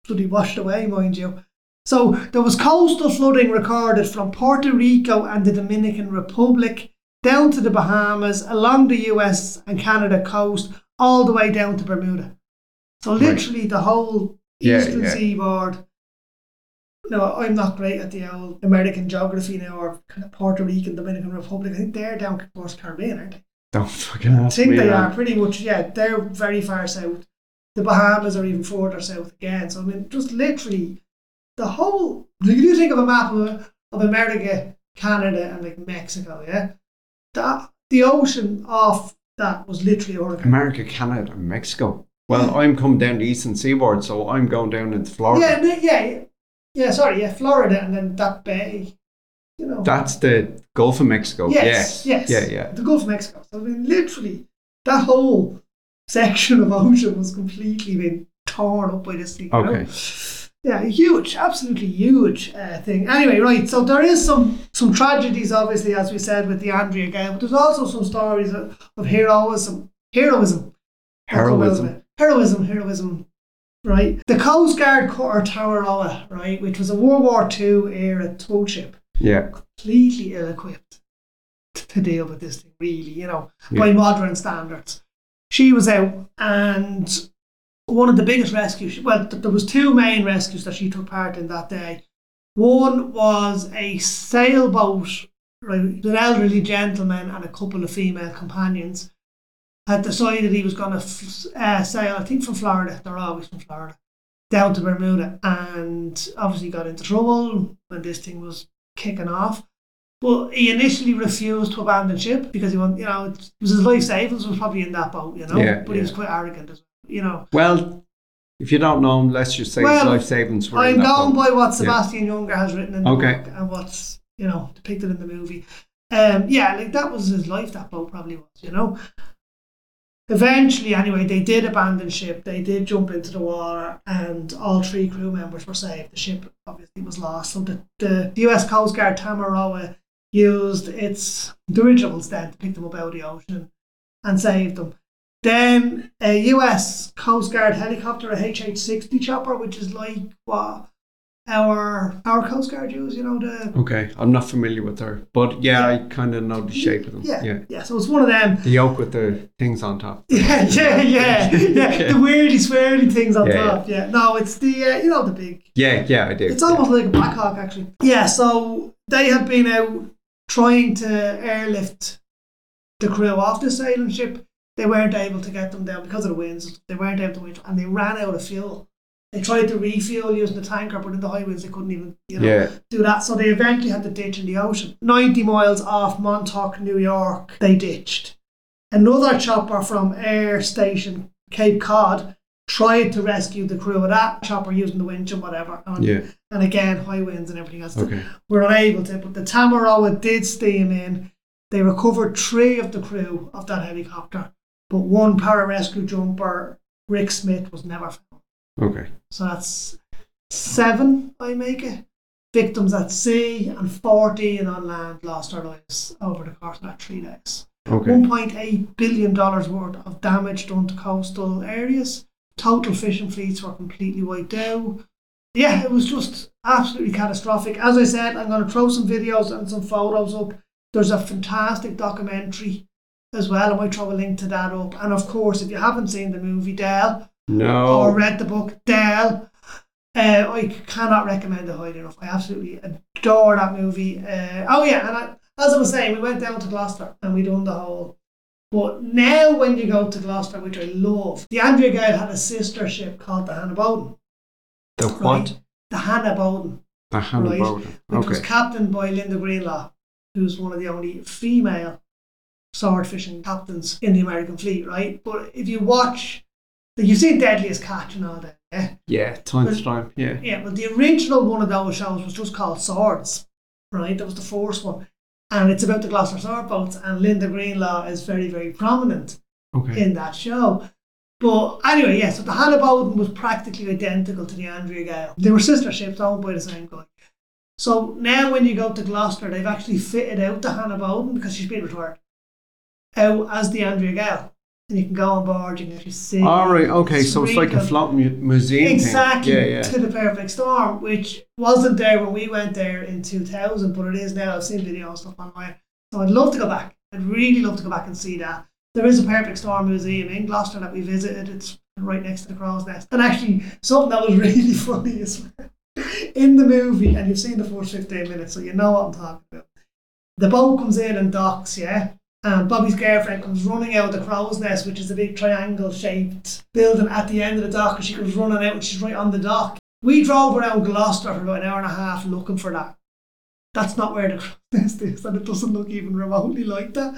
[SPEAKER 2] bloody washed away, mind you. So there was coastal flooding recorded from Puerto Rico and the Dominican Republic down to the Bahamas, along the US and Canada coast, all the way down to Bermuda. So literally the whole
[SPEAKER 1] Yeah,
[SPEAKER 2] eastern
[SPEAKER 1] yeah.
[SPEAKER 2] seaboard. No, I'm not great at the old American geography now, or kind of Puerto Rican, Dominican Republic. I think they're down towards Caribbean, aren't they?
[SPEAKER 1] don't fucking
[SPEAKER 2] I
[SPEAKER 1] ask
[SPEAKER 2] think
[SPEAKER 1] me.
[SPEAKER 2] they
[SPEAKER 1] man.
[SPEAKER 2] are pretty much, yeah, they're very far south. The Bahamas are even further south again. So, I mean, just literally the whole. Like, if you think of a map of, of America, Canada, and like Mexico, yeah? That, the ocean off that was literally a hurricane.
[SPEAKER 1] America, Canada, and Mexico. Well, I'm coming down the eastern seaboard, so I'm going down into Florida.
[SPEAKER 2] Yeah, no, yeah, yeah, sorry, yeah, Florida, and then that bay, you know.
[SPEAKER 1] That's the Gulf of Mexico.
[SPEAKER 2] Yes, yes,
[SPEAKER 1] Yeah, yeah.
[SPEAKER 2] The Gulf of Mexico. So I mean, literally, that whole section of ocean was completely been torn up by this thing. you know?
[SPEAKER 1] Okay.
[SPEAKER 2] Yeah, huge, absolutely huge uh, thing. Anyway, right. So there is some some tragedies, obviously, as we said with the Andrea game, but there's also some stories of, of heroism, heroism,
[SPEAKER 1] Heroism.
[SPEAKER 2] heroism, heroism. Right, the Coast Guard Cutter Tower Oa, right, which was a World War II era tow ship,
[SPEAKER 1] Yeah.
[SPEAKER 2] completely ill equipped to deal with this thing, really, you know, by
[SPEAKER 1] Yeah.
[SPEAKER 2] modern standards. She was out, and one of the biggest rescues, well, th- there was two main rescues that she took part in that day. One was a sailboat, right, with an elderly gentleman and a couple of female companions had decided he was going to f- uh, sail, I think from Florida, they're always from Florida, down to Bermuda, and obviously got into trouble when this thing was kicking off. But he initially refused to abandon ship because he wanted, you know, it was his life savings was probably in that boat, you know.
[SPEAKER 1] Yeah,
[SPEAKER 2] but he was
[SPEAKER 1] yeah.
[SPEAKER 2] quite arrogant as well, you know.
[SPEAKER 1] Well, if you don't know him, let's just say his
[SPEAKER 2] Well,
[SPEAKER 1] life savings were in
[SPEAKER 2] I'm
[SPEAKER 1] that
[SPEAKER 2] going
[SPEAKER 1] boat.
[SPEAKER 2] by what
[SPEAKER 1] Yeah.
[SPEAKER 2] Sebastian Younger has written in the
[SPEAKER 1] Okay.
[SPEAKER 2] book and what's you know depicted in the movie. Um, yeah, like that was his life. That boat probably was, you know. Eventually, anyway, they did abandon ship. They did jump into the water, and all three crew members were saved. The ship obviously was lost. So the, the U.S. Coast Guard Tamaroa used its dirigibles then to pick them up out of the ocean and save them. Then a US Coast Guard helicopter, a HH-60 chopper, which is like what our our Coast Guard use, you know the
[SPEAKER 1] Okay, I'm not familiar with her, but yeah, I kind of know the shape of them.
[SPEAKER 2] yeah,
[SPEAKER 1] Yeah.
[SPEAKER 2] yeah So it's one of them.
[SPEAKER 1] The yoke with the things on top.
[SPEAKER 2] Yeah, yeah, yeah, yeah. The weirdly swirly things on
[SPEAKER 1] Yeah, yeah.
[SPEAKER 2] top. Yeah. No, it's the uh, you know the big
[SPEAKER 1] Yeah, yeah, I do.
[SPEAKER 2] It's almost like a Black Hawk, actually. Yeah, so they had been out trying to airlift the crew off the sailing ship. They weren't able to get them down because of the winds. They weren't able to, win- and they ran out of fuel. They tried to refuel using the tanker, but in the high winds they couldn't even, you know,
[SPEAKER 1] Yeah.
[SPEAKER 2] do that. So they eventually had to ditch in the ocean. 90 miles off Montauk, New York, they ditched. Another chopper from Air Station Cape Cod tried to rescue the crew of that chopper using the winch and whatever. And,
[SPEAKER 1] Yeah.
[SPEAKER 2] and again, high winds and everything else.
[SPEAKER 1] Okay.
[SPEAKER 2] We're unable to, but the Tamaroa did steam in. They recovered three of the crew of that helicopter, but one pararescue jumper, Rick Smith, was never found.
[SPEAKER 1] Okay.
[SPEAKER 2] So that's seven, I make it. Victims at sea and 14 on land lost their lives over the course of that three days.
[SPEAKER 1] Okay.
[SPEAKER 2] $1.8 billion worth of damage done to coastal areas. Total fishing fleets were completely wiped out. Yeah, it was just absolutely catastrophic. As I said, I'm going to throw some videos and some photos up. There's a fantastic documentary as well. I might throw a link to that up. And of course, if you haven't seen the movie, Dell, or
[SPEAKER 1] No.
[SPEAKER 2] read the book Dell. Uh, I cannot recommend it highly enough. I absolutely adore that movie. Uh, oh yeah, and I, as I was saying, we went down to Gloucester and we done the whole. But now, when you go to Gloucester, which I love, the Andrea Gale had a sister ship called the Hannah Bowden.
[SPEAKER 1] The
[SPEAKER 2] right?
[SPEAKER 1] what?
[SPEAKER 2] The Hannah Bowden
[SPEAKER 1] The hand
[SPEAKER 2] Right.
[SPEAKER 1] Bowden.
[SPEAKER 2] which was
[SPEAKER 1] Okay.
[SPEAKER 2] captained by Linda Greenlaw, who's one of the only female sword fishing captains in the American fleet, right? But if you watch, like you've seen Deadliest Catch and all that, yeah?
[SPEAKER 1] Yeah, time to time. Yeah.
[SPEAKER 2] Yeah, but the original one of those shows was just called Swords, right? That was the first one. And it's about the Gloucester sword boats, and Linda Greenlaw is very, very prominent
[SPEAKER 1] Okay.
[SPEAKER 2] in that show. But anyway, yeah, so the Hannah Bowden was practically identical to the Andrea Gale. They were sister ships owned by the same guy. So now when you go to Gloucester, they've actually fitted out the Hannah Bowden because she's been retired out as the Andrea Gale. And you can go on board, you can actually see.
[SPEAKER 1] All right. Okay. So it's like a
[SPEAKER 2] really-
[SPEAKER 1] floating mu- museum. thing.
[SPEAKER 2] Exactly,
[SPEAKER 1] Yeah. Yeah.
[SPEAKER 2] to the perfect storm, which wasn't there when we went there in 2000, but it is now. I've seen video and stuff online. So I'd love to go back. I'd really love to go back and see that. There is a perfect storm museum in Gloucester that we visited. It's right next to the crow's nest. And actually, something that was really funny is in the movie, and you've seen the first 15 minutes, so you know what I'm talking about. The boat comes in and docks, yeah? and Bobby's girlfriend comes running out of the crow's nest, which is a big triangle shaped building at the end of the dock, and she comes running out and she's right on the dock. We drove around Gloucester for about an hour and a half looking for that. That's not where the crow's nest is, and it doesn't look even remotely like that.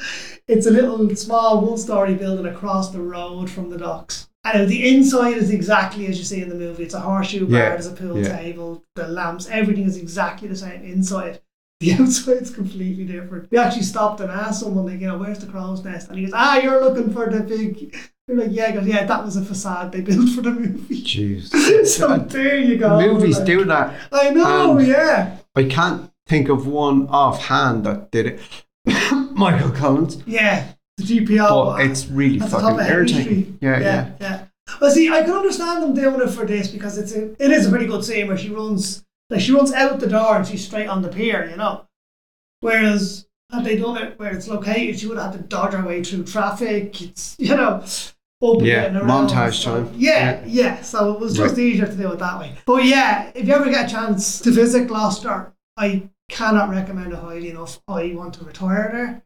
[SPEAKER 2] It's a little small one story building across the road from the docks. And the inside is exactly as you see in the movie. It's a horseshoe bar,
[SPEAKER 1] Yeah,
[SPEAKER 2] there's a pool
[SPEAKER 1] yeah.
[SPEAKER 2] table, the lamps, everything is exactly the same inside. The outside's completely different. We actually stopped and asked someone, like, you know, where's the crow's nest? And he goes, ah, you're looking for the big. We're like, yeah, he goes, yeah, that was a facade they built for the movie.
[SPEAKER 1] Jeez.
[SPEAKER 2] so there you go.
[SPEAKER 1] Movies
[SPEAKER 2] like-
[SPEAKER 1] do that.
[SPEAKER 2] I know,
[SPEAKER 1] and-
[SPEAKER 2] yeah.
[SPEAKER 1] I can't think of one offhand that did it. Michael Collins.
[SPEAKER 2] Yeah. The GPO.
[SPEAKER 1] but it's really
[SPEAKER 2] Oh, at the top
[SPEAKER 1] fucking
[SPEAKER 2] of Henry Street.
[SPEAKER 1] irritating. Yeah, yeah.
[SPEAKER 2] yeah, yeah. Well, see, I can understand them doing it for this because it's a, it is a pretty good scene where she runs, like she runs out the door and she's straight on the pier, you know. Whereas had they done it where it's located, she would have had to dodge her way through traffic. It's you know, open
[SPEAKER 1] Yeah,
[SPEAKER 2] getting around,
[SPEAKER 1] montage
[SPEAKER 2] so-
[SPEAKER 1] time.
[SPEAKER 2] Yeah, yeah, So it was just
[SPEAKER 1] Right.
[SPEAKER 2] easier to do it that way. But yeah, if you ever get a chance to visit Gloucester, I cannot recommend it highly enough. I want to retire there.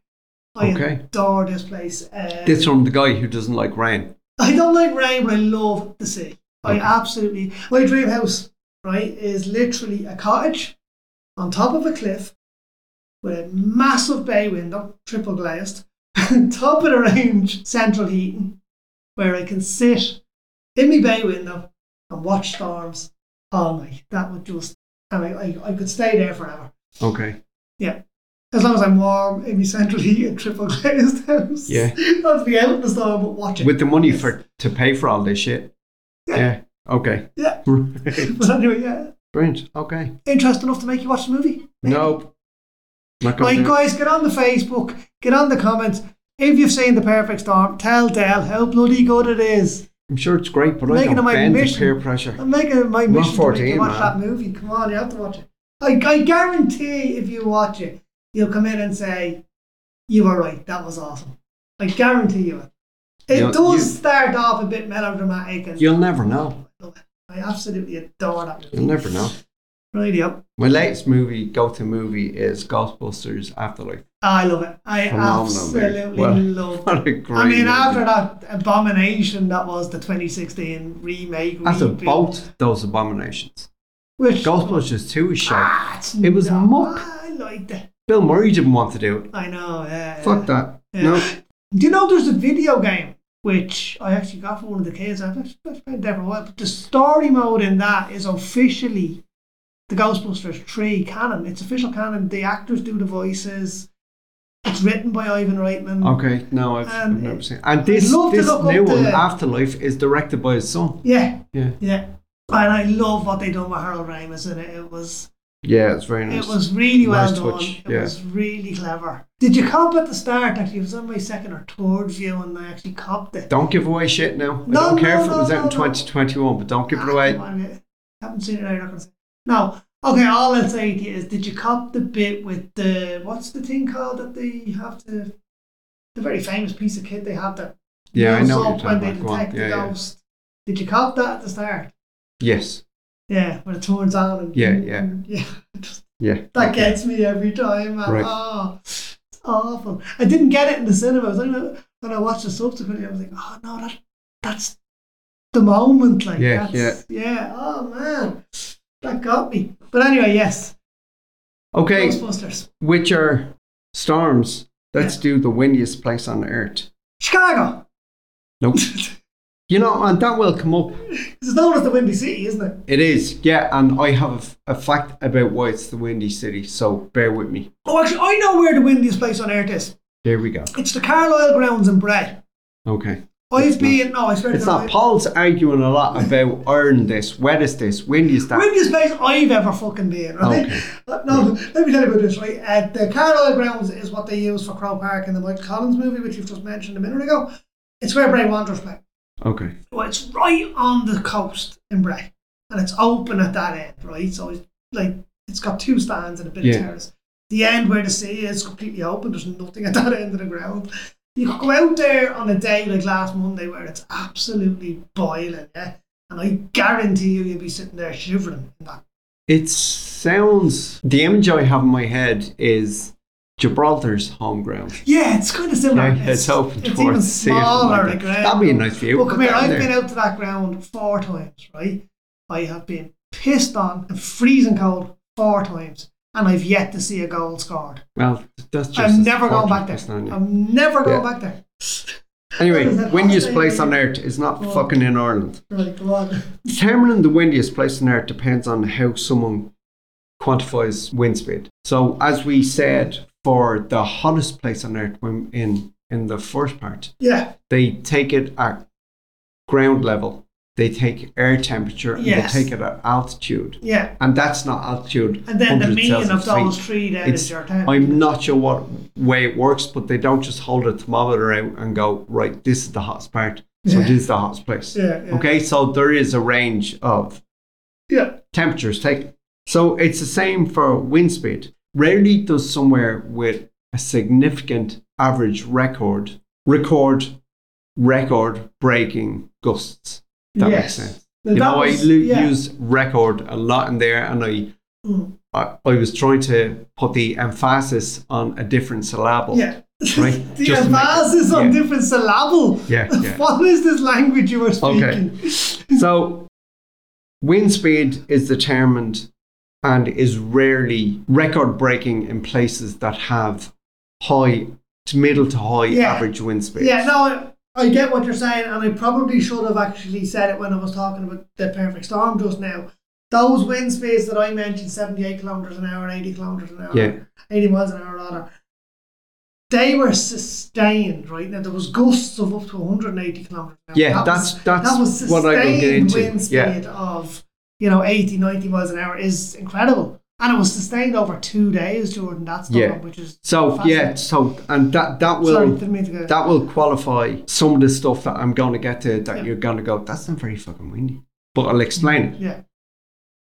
[SPEAKER 2] I
[SPEAKER 1] Okay.
[SPEAKER 2] adore this place. Um,
[SPEAKER 1] This from the guy who doesn't like rain.
[SPEAKER 2] I don't like rain, but I love the sea. I
[SPEAKER 1] Okay.
[SPEAKER 2] absolutely my dream house, right, is literally a cottage on top of a cliff with a massive bay window, triple glazed, top of the range central heating, where I can sit in my bay window and watch storms all night. That would just and I, I, I could stay there forever.
[SPEAKER 1] Okay.
[SPEAKER 2] As long as I'm warm in my central heat and triple glazed house.
[SPEAKER 1] Yeah.
[SPEAKER 2] Not to be out in the storm but watch it.
[SPEAKER 1] With the money
[SPEAKER 2] Yes.
[SPEAKER 1] for to pay for all this shit. Yeah. Okay.
[SPEAKER 2] Yeah.
[SPEAKER 1] Right.
[SPEAKER 2] But anyway, yeah.
[SPEAKER 1] Brilliant. Okay.
[SPEAKER 2] Interesting enough to make you watch the movie.
[SPEAKER 1] Nope. Not
[SPEAKER 2] Right,
[SPEAKER 1] going to.
[SPEAKER 2] guys, get on the Facebook, get on the comments. If you've seen The Perfect Storm, tell Dell how bloody good it is.
[SPEAKER 1] I'm sure it's great, but I
[SPEAKER 2] Making it
[SPEAKER 1] don't
[SPEAKER 2] my
[SPEAKER 1] bend to
[SPEAKER 2] mission.
[SPEAKER 1] peer pressure.
[SPEAKER 2] I'm making it my
[SPEAKER 1] We're
[SPEAKER 2] mission to make
[SPEAKER 1] 14,
[SPEAKER 2] you watch
[SPEAKER 1] man.
[SPEAKER 2] that movie. Come on, you have to watch it. I, I guarantee if you watch it, you'll come in and say, You were right, that was awesome. I guarantee you it. It
[SPEAKER 1] You'll-
[SPEAKER 2] does
[SPEAKER 1] you-
[SPEAKER 2] start off a bit melodramatic and
[SPEAKER 1] You'll never know.
[SPEAKER 2] I absolutely adore that movie.
[SPEAKER 1] You'll never know.
[SPEAKER 2] Right, yep.
[SPEAKER 1] My latest movie, go-to movie, is Ghostbusters Afterlife.
[SPEAKER 2] I love it. I
[SPEAKER 1] Phenomenal movie.
[SPEAKER 2] absolutely
[SPEAKER 1] Well,
[SPEAKER 2] love
[SPEAKER 1] What a great
[SPEAKER 2] I mean,
[SPEAKER 1] movie.
[SPEAKER 2] after that abomination that was the 2016 remake,
[SPEAKER 1] After
[SPEAKER 2] reboot,
[SPEAKER 1] both those abominations.
[SPEAKER 2] which
[SPEAKER 1] Ghostbusters 2 is shit.
[SPEAKER 2] Ah, it's
[SPEAKER 1] It was
[SPEAKER 2] not-
[SPEAKER 1] muck.
[SPEAKER 2] I liked it.
[SPEAKER 1] Bill Murray didn't want to do it.
[SPEAKER 2] I know. Yeah,
[SPEAKER 1] Fuck
[SPEAKER 2] yeah.
[SPEAKER 1] that.
[SPEAKER 2] Yeah.
[SPEAKER 1] No.
[SPEAKER 2] Do you know there's a video game which I actually got for one of the kids? I've actually I've played that for a while. But the story mode in that is officially the Ghostbusters 3 canon. It's official canon. The actors do the voices. It's written by Ivan Reitman.
[SPEAKER 1] Okay, no, I've,
[SPEAKER 2] And
[SPEAKER 1] I've never seen. And this
[SPEAKER 2] love to
[SPEAKER 1] this
[SPEAKER 2] look
[SPEAKER 1] new
[SPEAKER 2] up
[SPEAKER 1] one,
[SPEAKER 2] the-
[SPEAKER 1] Afterlife, is directed by his son.
[SPEAKER 2] Yeah,
[SPEAKER 1] Yeah,
[SPEAKER 2] yeah. And I love what they done with Harold Ramis in it. It was
[SPEAKER 1] yeah, it's very nice.
[SPEAKER 2] It was really well
[SPEAKER 1] Nice
[SPEAKER 2] done.
[SPEAKER 1] touch,
[SPEAKER 2] It
[SPEAKER 1] yeah.
[SPEAKER 2] was really clever. Did you cop at the start? Actually, it was on my second or third view, and I actually copped it.
[SPEAKER 1] Don't give away shit now.
[SPEAKER 2] No,
[SPEAKER 1] I don't care
[SPEAKER 2] no,
[SPEAKER 1] if it was
[SPEAKER 2] no,
[SPEAKER 1] out in
[SPEAKER 2] no, no.
[SPEAKER 1] 2021, but don't give it
[SPEAKER 2] Ah,
[SPEAKER 1] away.
[SPEAKER 2] come on, I haven't seen it. I'm not gonna say. No. Okay. All I'll say to you is, did you cop the bit with the what's the thing called that they have to the very famous piece of kit they have that
[SPEAKER 1] Yeah, I
[SPEAKER 2] blows
[SPEAKER 1] know what you're
[SPEAKER 2] up when
[SPEAKER 1] talking
[SPEAKER 2] they
[SPEAKER 1] about. Go on.
[SPEAKER 2] detect
[SPEAKER 1] Yeah,
[SPEAKER 2] the
[SPEAKER 1] yeah.
[SPEAKER 2] ghost? Did you cop that at the start?
[SPEAKER 1] Yes.
[SPEAKER 2] Yeah, when it turns on. And,
[SPEAKER 1] Yeah, yeah.
[SPEAKER 2] yeah.
[SPEAKER 1] Yeah.
[SPEAKER 2] That
[SPEAKER 1] Okay.
[SPEAKER 2] gets me every time. man.
[SPEAKER 1] Right.
[SPEAKER 2] Oh, it's awful. I didn't get it in the cinema. I was like, when I watched it subsequently, I was like, oh no, that that's the moment. Like,
[SPEAKER 1] Yeah,
[SPEAKER 2] that's, yeah, Oh man, that got me. But anyway, yes, uh,
[SPEAKER 1] Okay,
[SPEAKER 2] Ghostbusters,
[SPEAKER 1] which are storms? Let's do the windiest place on earth.
[SPEAKER 2] Chicago.
[SPEAKER 1] Nope.
[SPEAKER 2] it's
[SPEAKER 1] You know, and that will come up.
[SPEAKER 2] known as the Windy City, isn't it?
[SPEAKER 1] It is, yeah, and I have a f- a, fact about why it's the windy city, so bear with me.
[SPEAKER 2] Oh, actually, I know where the windiest place on earth is.
[SPEAKER 1] There we go.
[SPEAKER 2] It's the Carlisle grounds in Bray.
[SPEAKER 1] Okay.
[SPEAKER 2] I've
[SPEAKER 1] It's not-
[SPEAKER 2] been no, I swear to
[SPEAKER 1] It's
[SPEAKER 2] God,
[SPEAKER 1] not. Paul's arguing a lot about iron this, wet is this, windy is that.
[SPEAKER 2] Windiest place I've ever fucking been, right?
[SPEAKER 1] Okay.
[SPEAKER 2] Uh, No, let me tell you about this, right? Uh, the Carlisle Grounds is what they use for Crow Park in the Michael Collins movie, which you've just mentioned a minute ago. It's where Bray Wanderers play.
[SPEAKER 1] Okay.
[SPEAKER 2] Well, it's right on the coast in Bray, and it's open at that end, right? So it's like it's got two stands and a bit
[SPEAKER 1] Yeah.
[SPEAKER 2] of terrace. The end where the sea is completely open. There's nothing at that end of the ground. You could go out there on a day like last Monday where it's absolutely boiling, yeah. And I guarantee you, you'll be sitting there shivering in that.
[SPEAKER 1] It sounds. The image I have in my head is Gibraltar's home ground.
[SPEAKER 2] Yeah, it's kind of similar.
[SPEAKER 1] Yeah, it's open
[SPEAKER 2] it's
[SPEAKER 1] towards
[SPEAKER 2] even
[SPEAKER 1] the sea or something
[SPEAKER 2] smaller.
[SPEAKER 1] like
[SPEAKER 2] the
[SPEAKER 1] that.
[SPEAKER 2] ground.
[SPEAKER 1] That'd be a nice view.
[SPEAKER 2] Well, come here.
[SPEAKER 1] Down
[SPEAKER 2] I've
[SPEAKER 1] there.
[SPEAKER 2] been out to that ground four times. Right, I have been pissed on and freezing cold four times, and I've yet to see a goal scored.
[SPEAKER 1] Well, that's just.
[SPEAKER 2] I'm
[SPEAKER 1] as
[SPEAKER 2] never going
[SPEAKER 1] fortunate
[SPEAKER 2] back there.
[SPEAKER 1] as none of you.
[SPEAKER 2] I'm never going
[SPEAKER 1] Yeah.
[SPEAKER 2] back there.
[SPEAKER 1] Anyway,
[SPEAKER 2] Is that
[SPEAKER 1] windiest
[SPEAKER 2] Australia?
[SPEAKER 1] place on earth is not
[SPEAKER 2] Oh.
[SPEAKER 1] fucking in Ireland.
[SPEAKER 2] Right, come on.
[SPEAKER 1] Determining the windiest place on earth depends on how someone quantifies wind speed. So, as we said, for the hottest place on Earth, when in in the first part,
[SPEAKER 2] Yeah.
[SPEAKER 1] they take it at ground level. They take air temperature and
[SPEAKER 2] Yes.
[SPEAKER 1] they take it at altitude,
[SPEAKER 2] Yeah.
[SPEAKER 1] and that's not altitude.
[SPEAKER 2] And then the mean
[SPEAKER 1] 100,000
[SPEAKER 2] of those
[SPEAKER 1] feet.
[SPEAKER 2] three then
[SPEAKER 1] It's-
[SPEAKER 2] is your time.
[SPEAKER 1] I'm not sure what way it works, but they don't just hold a thermometer out and go, right, this is the hottest part, so
[SPEAKER 2] Yeah.
[SPEAKER 1] this is the hottest place.
[SPEAKER 2] Yeah, yeah.
[SPEAKER 1] Okay, so there is a range of
[SPEAKER 2] Yeah.
[SPEAKER 1] temperatures taken. So it's the same for wind speed. Rarely does somewhere with a significant average record record record breaking gusts. That makes
[SPEAKER 2] Yes.
[SPEAKER 1] sense.
[SPEAKER 2] Now
[SPEAKER 1] you
[SPEAKER 2] that
[SPEAKER 1] know, I
[SPEAKER 2] was-
[SPEAKER 1] lo-
[SPEAKER 2] yeah.
[SPEAKER 1] use record a lot in there, and I,
[SPEAKER 2] Mm.
[SPEAKER 1] I I was trying to put the emphasis on a different syllable.
[SPEAKER 2] Yeah.
[SPEAKER 1] Right?
[SPEAKER 2] the
[SPEAKER 1] Just to make it-
[SPEAKER 2] emphasis on
[SPEAKER 1] yeah.
[SPEAKER 2] different syllable.
[SPEAKER 1] Yeah, yeah.
[SPEAKER 2] what is this language you are
[SPEAKER 1] Okay.
[SPEAKER 2] speaking?
[SPEAKER 1] So, wind speed is determined and is rarely record breaking in places that have high to middle to high
[SPEAKER 2] Yeah.
[SPEAKER 1] average wind speed.
[SPEAKER 2] Yeah, no, I- I get what you're saying, and I probably should have actually said it when I was talking about the perfect storm just now. Those wind speeds that I mentioned, 78 kilometres an hour, 80 kilometres an hour,
[SPEAKER 1] Yeah.
[SPEAKER 2] 80 miles an hour rather, they were sustained, right? Now, there was gusts of up to 180 kilometres an hour.
[SPEAKER 1] Yeah,
[SPEAKER 2] was-
[SPEAKER 1] that's that's
[SPEAKER 2] that was sustained
[SPEAKER 1] what I will get into.
[SPEAKER 2] wind
[SPEAKER 1] Yeah,
[SPEAKER 2] speed of, you know, 80, 90 miles an hour is incredible. And it was sustained over two days, Jordan, that's the
[SPEAKER 1] Yeah.
[SPEAKER 2] one, which is...
[SPEAKER 1] So yeah, so and that that will
[SPEAKER 2] Sorry, didn't mean to go...
[SPEAKER 1] that will qualify some of the stuff that I'm going to get to that
[SPEAKER 2] Yeah.
[SPEAKER 1] you're going to go. That's not very fucking windy, but I'll explain it.
[SPEAKER 2] yeah,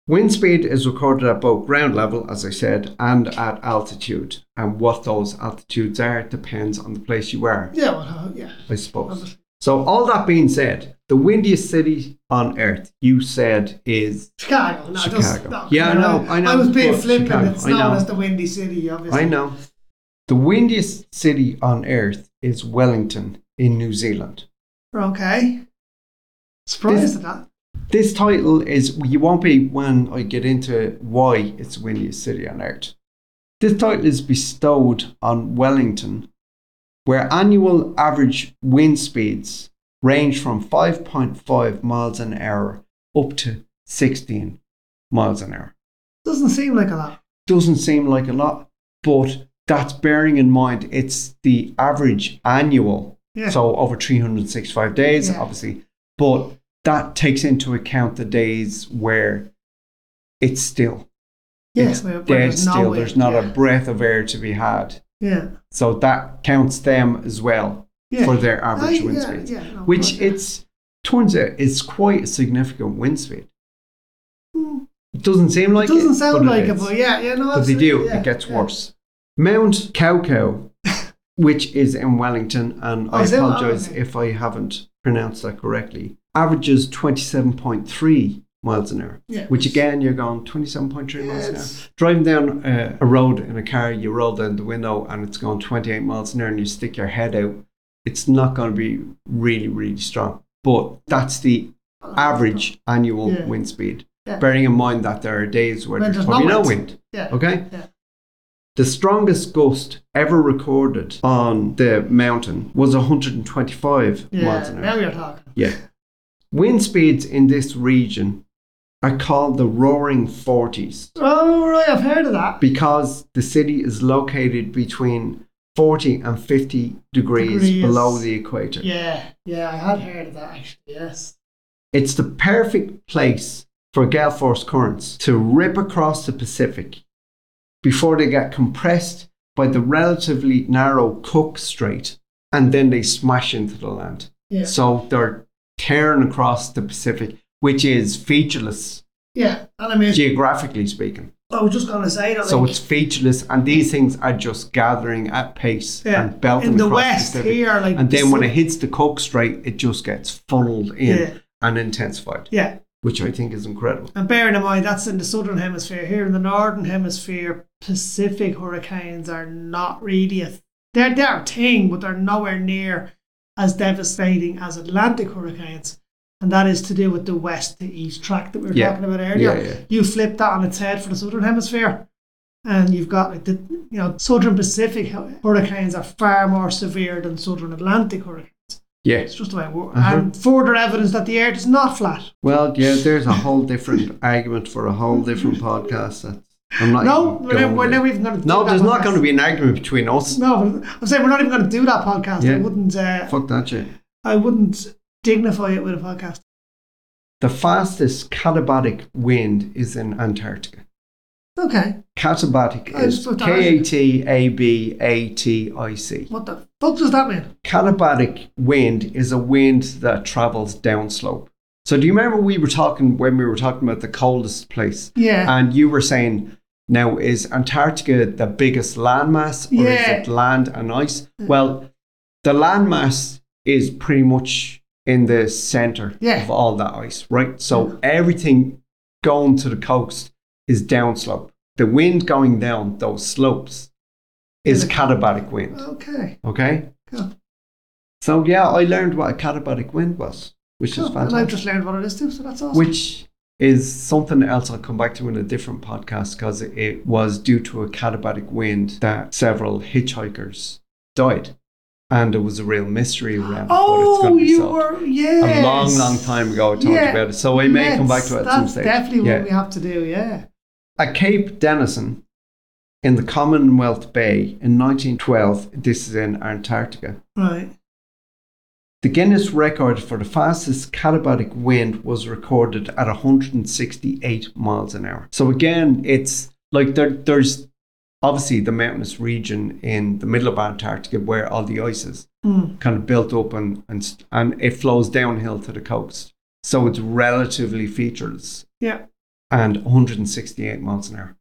[SPEAKER 1] Wind speed is recorded at both ground level, as I said, and at altitude. And what those altitudes are depends on the place you are,
[SPEAKER 2] yeah, well, uh, yeah.
[SPEAKER 1] I suppose. So, all that being said, the windiest city on earth, you said, is.
[SPEAKER 2] Chicago. No,
[SPEAKER 1] Chicago.
[SPEAKER 2] Just, no,
[SPEAKER 1] Yeah, I know, I know,
[SPEAKER 2] I was being
[SPEAKER 1] but
[SPEAKER 2] flippant.
[SPEAKER 1] Chicago,
[SPEAKER 2] It's
[SPEAKER 1] I
[SPEAKER 2] known
[SPEAKER 1] know.
[SPEAKER 2] as the Windy City, obviously.
[SPEAKER 1] I know. The windiest city on earth is Wellington in New Zealand.
[SPEAKER 2] Okay. Surprised
[SPEAKER 1] This-
[SPEAKER 2] at that.
[SPEAKER 1] This title is, you won't be when I get into why it's the windiest city on earth. This title is bestowed on Wellington, where annual average wind speeds range from 5.5 miles an hour up to 16 miles an hour.
[SPEAKER 2] Doesn't seem like a lot.
[SPEAKER 1] Doesn't seem like a lot, but that's bearing in mind it's the average annual
[SPEAKER 2] Yeah.
[SPEAKER 1] so over 365 days,
[SPEAKER 2] Yeah.
[SPEAKER 1] obviously. But that takes into account the days where it's still.
[SPEAKER 2] yes,
[SPEAKER 1] it's
[SPEAKER 2] where-
[SPEAKER 1] dead
[SPEAKER 2] where there's no
[SPEAKER 1] still.
[SPEAKER 2] wind,
[SPEAKER 1] there's not
[SPEAKER 2] yeah.
[SPEAKER 1] a breath of air to be had.
[SPEAKER 2] Yeah.
[SPEAKER 1] So that counts them as well
[SPEAKER 2] Yeah.
[SPEAKER 1] for their average
[SPEAKER 2] I-
[SPEAKER 1] wind
[SPEAKER 2] yeah,
[SPEAKER 1] speeds,
[SPEAKER 2] yeah, no, of
[SPEAKER 1] which
[SPEAKER 2] course, yeah.
[SPEAKER 1] it's turns out it's quite a significant wind speed.
[SPEAKER 2] Hmm.
[SPEAKER 1] It doesn't seem like
[SPEAKER 2] it doesn't
[SPEAKER 1] it,
[SPEAKER 2] sound
[SPEAKER 1] but
[SPEAKER 2] like it,
[SPEAKER 1] is.
[SPEAKER 2] but yeah, yeah, no.
[SPEAKER 1] But they
[SPEAKER 2] absolutely,
[SPEAKER 1] do,
[SPEAKER 2] yeah,
[SPEAKER 1] it gets
[SPEAKER 2] yeah.
[SPEAKER 1] worse. Mount Kauko, which is in Wellington, and
[SPEAKER 2] Oh,
[SPEAKER 1] I
[SPEAKER 2] is it? Oh,
[SPEAKER 1] apologize
[SPEAKER 2] okay.
[SPEAKER 1] if I haven't pronounced that correctly, averages 27.3 miles an hour.
[SPEAKER 2] Yeah.
[SPEAKER 1] Which again, you're going 27.3 miles an
[SPEAKER 2] Yes.
[SPEAKER 1] hour. Driving down uh, a road in a car, you roll down the window and it's going 28 miles an hour and you stick your head out. It's not going to be really, really strong. But that's the average annual
[SPEAKER 2] Oh, Yeah.
[SPEAKER 1] wind speed,
[SPEAKER 2] Yeah.
[SPEAKER 1] bearing in mind that there are days where
[SPEAKER 2] When
[SPEAKER 1] there's
[SPEAKER 2] there's no
[SPEAKER 1] probably no
[SPEAKER 2] wind.
[SPEAKER 1] wind.
[SPEAKER 2] Yeah.
[SPEAKER 1] Okay?
[SPEAKER 2] Yeah.
[SPEAKER 1] The strongest gust ever recorded on the mountain was 125 miles
[SPEAKER 2] Yeah.
[SPEAKER 1] an
[SPEAKER 2] Now
[SPEAKER 1] hour.
[SPEAKER 2] you're talking.
[SPEAKER 1] Yeah. Wind speeds in this region are called the Roaring 40s
[SPEAKER 2] Oh, right. I've heard of that.
[SPEAKER 1] because the city is located between 40 and 50 degrees,
[SPEAKER 2] Degrees.
[SPEAKER 1] below the equator.
[SPEAKER 2] Yeah. Yeah. I had heard of that actually. Yes.
[SPEAKER 1] It's the perfect place for gale force currents to rip across the Pacific before they get compressed by the relatively narrow Cook Strait and then they smash into the land.
[SPEAKER 2] Yeah.
[SPEAKER 1] So they're tearing across the Pacific, which is featureless,
[SPEAKER 2] Yeah. And I mean,
[SPEAKER 1] geographically speaking.
[SPEAKER 2] I was just going to say that.
[SPEAKER 1] So
[SPEAKER 2] like,
[SPEAKER 1] it's featureless, and these things are just gathering at pace
[SPEAKER 2] yeah.
[SPEAKER 1] and belting
[SPEAKER 2] in the
[SPEAKER 1] across
[SPEAKER 2] west
[SPEAKER 1] the Pacific.
[SPEAKER 2] here, like
[SPEAKER 1] and then
[SPEAKER 2] the
[SPEAKER 1] when it hits the Cook Strait, it just gets funneled in
[SPEAKER 2] Yeah.
[SPEAKER 1] and intensified,
[SPEAKER 2] Yeah,
[SPEAKER 1] which I think is incredible.
[SPEAKER 2] and bearing in mind that's in the southern hemisphere. Here in the northern hemisphere, Pacific hurricanes are not really a th- they're they're a thing, but they're nowhere near as devastating as Atlantic hurricanes. And that is to do with the west to east track that we were
[SPEAKER 1] Yeah.
[SPEAKER 2] talking about earlier.
[SPEAKER 1] Yeah, yeah.
[SPEAKER 2] You flip that on its head for the southern hemisphere, and you've got like the you know southern Pacific hu- hurricanes are far more severe than southern Atlantic hurricanes.
[SPEAKER 1] Yeah.
[SPEAKER 2] It's just the way it works.
[SPEAKER 1] Uh-huh.
[SPEAKER 2] And further evidence that the earth is not flat.
[SPEAKER 1] Mm. Well, yeah, there's a whole different argument for a whole different podcast. That's I'm not
[SPEAKER 2] No,
[SPEAKER 1] even
[SPEAKER 2] we're,
[SPEAKER 1] going
[SPEAKER 2] never- we're
[SPEAKER 1] there.
[SPEAKER 2] never even going to.
[SPEAKER 1] No, there's not going to be an argument between us.
[SPEAKER 2] No, but I'm saying we're not even going to do that podcast.
[SPEAKER 1] Yeah.
[SPEAKER 2] I wouldn't. Uh,
[SPEAKER 1] Fuck that shit.
[SPEAKER 2] I wouldn't dignify it with a podcast.
[SPEAKER 1] The fastest katabatic wind is in Antarctica.
[SPEAKER 2] Okay,
[SPEAKER 1] Katabatic
[SPEAKER 2] Oh,
[SPEAKER 1] is
[SPEAKER 2] so that-
[SPEAKER 1] K A T A B A T I C.
[SPEAKER 2] what the fuck does that mean?
[SPEAKER 1] Katabatic wind is a wind that travels downslope. So do you remember we were talking when we were talking about the coldest place?
[SPEAKER 2] Yeah,
[SPEAKER 1] And you were saying, now is Antarctica the biggest landmass or
[SPEAKER 2] Yeah.
[SPEAKER 1] is it land and ice? Well, the landmass is pretty much in the center
[SPEAKER 2] Yeah. Mm-hmm.
[SPEAKER 1] of all that ice, right? So everything going to the coast is downslope. The wind going down those slopes is
[SPEAKER 2] Is it-
[SPEAKER 1] katabatic wind.
[SPEAKER 2] okay,
[SPEAKER 1] Okay.
[SPEAKER 2] Cool.
[SPEAKER 1] So yeah, I learned what a katabatic wind was, which
[SPEAKER 2] cool.
[SPEAKER 1] is
[SPEAKER 2] and I've
[SPEAKER 1] fantastic.
[SPEAKER 2] just learned what it is too, so that's awesome.
[SPEAKER 1] Which is something else I'll come back to in a different podcast because it was due to a katabatic wind that several hitchhikers died, and there was a real mystery around. it, but it's
[SPEAKER 2] oh,
[SPEAKER 1] gonna be
[SPEAKER 2] you
[SPEAKER 1] solved.
[SPEAKER 2] were yeah.
[SPEAKER 1] a long, long time ago. I told
[SPEAKER 2] Yeah.
[SPEAKER 1] you about it, so I may come back to it at
[SPEAKER 2] That's
[SPEAKER 1] some stage.
[SPEAKER 2] definitely
[SPEAKER 1] Yeah.
[SPEAKER 2] what we have to do. Yeah.
[SPEAKER 1] At Cape Denison in the Commonwealth Bay in 1912, this is in Antarctica,
[SPEAKER 2] Right.
[SPEAKER 1] The Guinness record for the fastest katabatic wind was recorded at 168 miles an hour. So again, it's like there, there's obviously the mountainous region in the middle of Antarctica where all the ice is
[SPEAKER 2] Mm.
[SPEAKER 1] kind of built up and, and, st- and it flows downhill to the coast. So it's relatively featureless
[SPEAKER 2] Yeah.
[SPEAKER 1] and 168 miles an hour.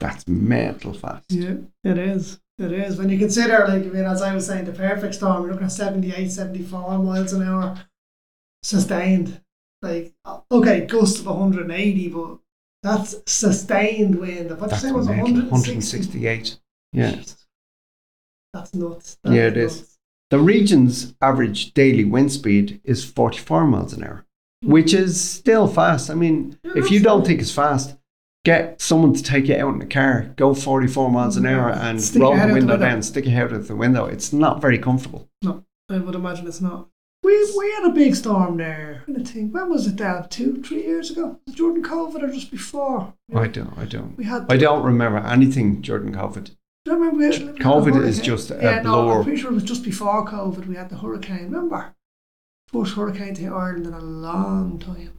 [SPEAKER 1] That's mental fast.
[SPEAKER 2] Yeah. It is. It is. When you consider, like, I mean, as I was saying, the perfect storm, we're looking at 78, 74 miles an hour sustained. Like, uh, okay, gust of 180, but that's sustained wind. What did you
[SPEAKER 1] That's
[SPEAKER 2] say it was
[SPEAKER 1] mental.
[SPEAKER 2] 160?
[SPEAKER 1] 168. Yeah.
[SPEAKER 2] Jesus. That's nuts. That's
[SPEAKER 1] Yeah, it is.
[SPEAKER 2] nuts.
[SPEAKER 1] The region's average daily wind speed is 44 miles an hour, which is still fast. I mean, if you don't think it's fast, get someone to take you out in a car, go 44 miles an hour and
[SPEAKER 2] Stick your
[SPEAKER 1] roll
[SPEAKER 2] head out
[SPEAKER 1] the
[SPEAKER 2] the
[SPEAKER 1] window
[SPEAKER 2] window.
[SPEAKER 1] down, stick your head out the window. It's not very comfortable.
[SPEAKER 2] I would imagine it's not. We, we had a big storm there. I think when was it? That two, three years ago. Was it Jordan COVID or just before?
[SPEAKER 1] I don't, I don't.
[SPEAKER 2] We had.
[SPEAKER 1] I don't remember anything during COVID.
[SPEAKER 2] do you remember we had- we had a
[SPEAKER 1] COVID is
[SPEAKER 2] hurricane?
[SPEAKER 1] just a
[SPEAKER 2] yeah, No,
[SPEAKER 1] blur.
[SPEAKER 2] I'm pretty sure it was just before COVID. We had the hurricane. Remember, first hurricane to hit Ireland in a long time.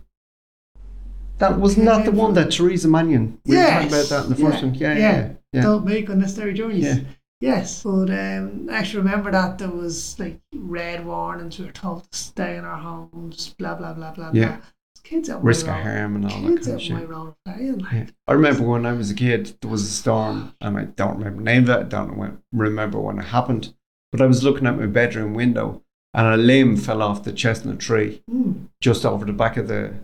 [SPEAKER 1] That was not the one that Theresa Mannion. We were talking about
[SPEAKER 2] Yes.
[SPEAKER 1] that in the first
[SPEAKER 2] Yeah.
[SPEAKER 1] one. Yeah,
[SPEAKER 2] Yeah.
[SPEAKER 1] yeah, yeah.
[SPEAKER 2] Don't make unnecessary journeys.
[SPEAKER 1] Yeah.
[SPEAKER 2] Yes, but um, I actually remember that there was like red warnings. We were told to stay in our homes. Blah blah blah blah
[SPEAKER 1] Yeah.
[SPEAKER 2] blah. Kids out
[SPEAKER 1] Risk
[SPEAKER 2] my
[SPEAKER 1] of
[SPEAKER 2] road.
[SPEAKER 1] harm and all that kind
[SPEAKER 2] Kids
[SPEAKER 1] of
[SPEAKER 2] out
[SPEAKER 1] shit.
[SPEAKER 2] my road playing. Like,
[SPEAKER 1] Yeah. I remember when I was a kid, there was a storm, and I don't remember the name of it. I don't know when- remember when it happened, but I was looking out my bedroom window, and a limb fell off the chestnut tree
[SPEAKER 2] hmm.
[SPEAKER 1] just over the back of the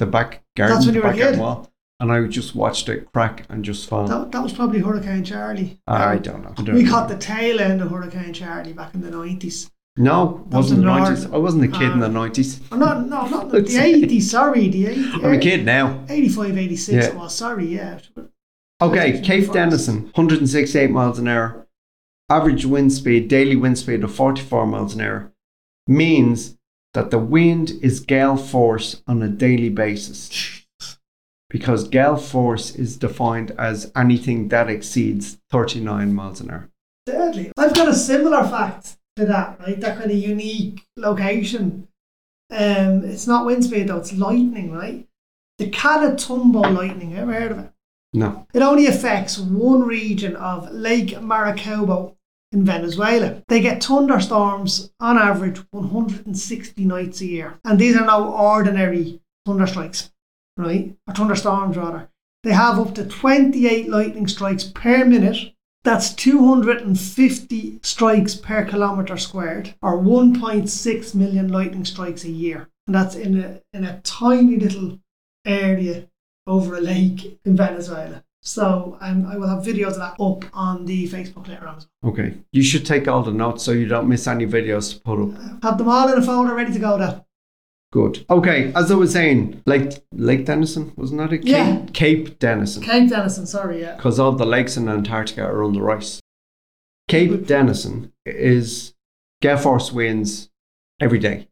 [SPEAKER 1] the back garden,
[SPEAKER 2] That's when
[SPEAKER 1] the
[SPEAKER 2] you were a
[SPEAKER 1] back garden
[SPEAKER 2] kid?
[SPEAKER 1] wall, and I just watched it crack and just fall.
[SPEAKER 2] That, that was probably Hurricane Charlie.
[SPEAKER 1] I
[SPEAKER 2] Um,
[SPEAKER 1] don't know. I don't
[SPEAKER 2] we
[SPEAKER 1] know.
[SPEAKER 2] caught the tail end of Hurricane Charlie back in the nineties.
[SPEAKER 1] No,
[SPEAKER 2] That was
[SPEAKER 1] wasn't
[SPEAKER 2] in
[SPEAKER 1] the
[SPEAKER 2] Ireland.
[SPEAKER 1] nineties. I wasn't a kid in the nineties.
[SPEAKER 2] Oh, no, no, not the-
[SPEAKER 1] It's-
[SPEAKER 2] the eighties. Sorry, the 80,
[SPEAKER 1] I'm a kid now.
[SPEAKER 2] 85, 86
[SPEAKER 1] Yeah.
[SPEAKER 2] it was. Sorry, yeah.
[SPEAKER 1] Okay, Cape Denison, 168 miles an hour. Average wind speed, daily wind speed of 44 miles an hour means that the wind is gale force on a daily basis. Because gale force is defined as anything that exceeds 39 miles an hour.
[SPEAKER 2] Deadly. I've got a similar fact to that, right? That kind of unique location. Um, it's not wind speed though; it's lightning, right? The Calatumbo lightning. Ever heard of it?
[SPEAKER 1] No.
[SPEAKER 2] It only affects one region of Lake Maracaibo in Venezuela. They get thunderstorms on average 160 nights a year. And these are no ordinary thunderstrikes, right? Or thunderstorms, rather. They have up to 28 lightning strikes per minute. That's 250 strikes per kilometre squared, or 1.6 million lightning strikes a year. And that's in a, in a tiny little area over a lake in Venezuela. So um, I will have videos of that up on the Facebook later on.
[SPEAKER 1] Okay. You should take all the notes so you don't miss any videos to put up.
[SPEAKER 2] Have them all in a folder ready to go there.
[SPEAKER 1] Good. Okay, as I was saying, Lake Lake Denison, wasn't that it?
[SPEAKER 2] Yeah.
[SPEAKER 1] Cape, Cape Denison.
[SPEAKER 2] Cape Denison, sorry, yeah.
[SPEAKER 1] because all the lakes in Antarctica are under ice. Cape Denison is gale force winds every day,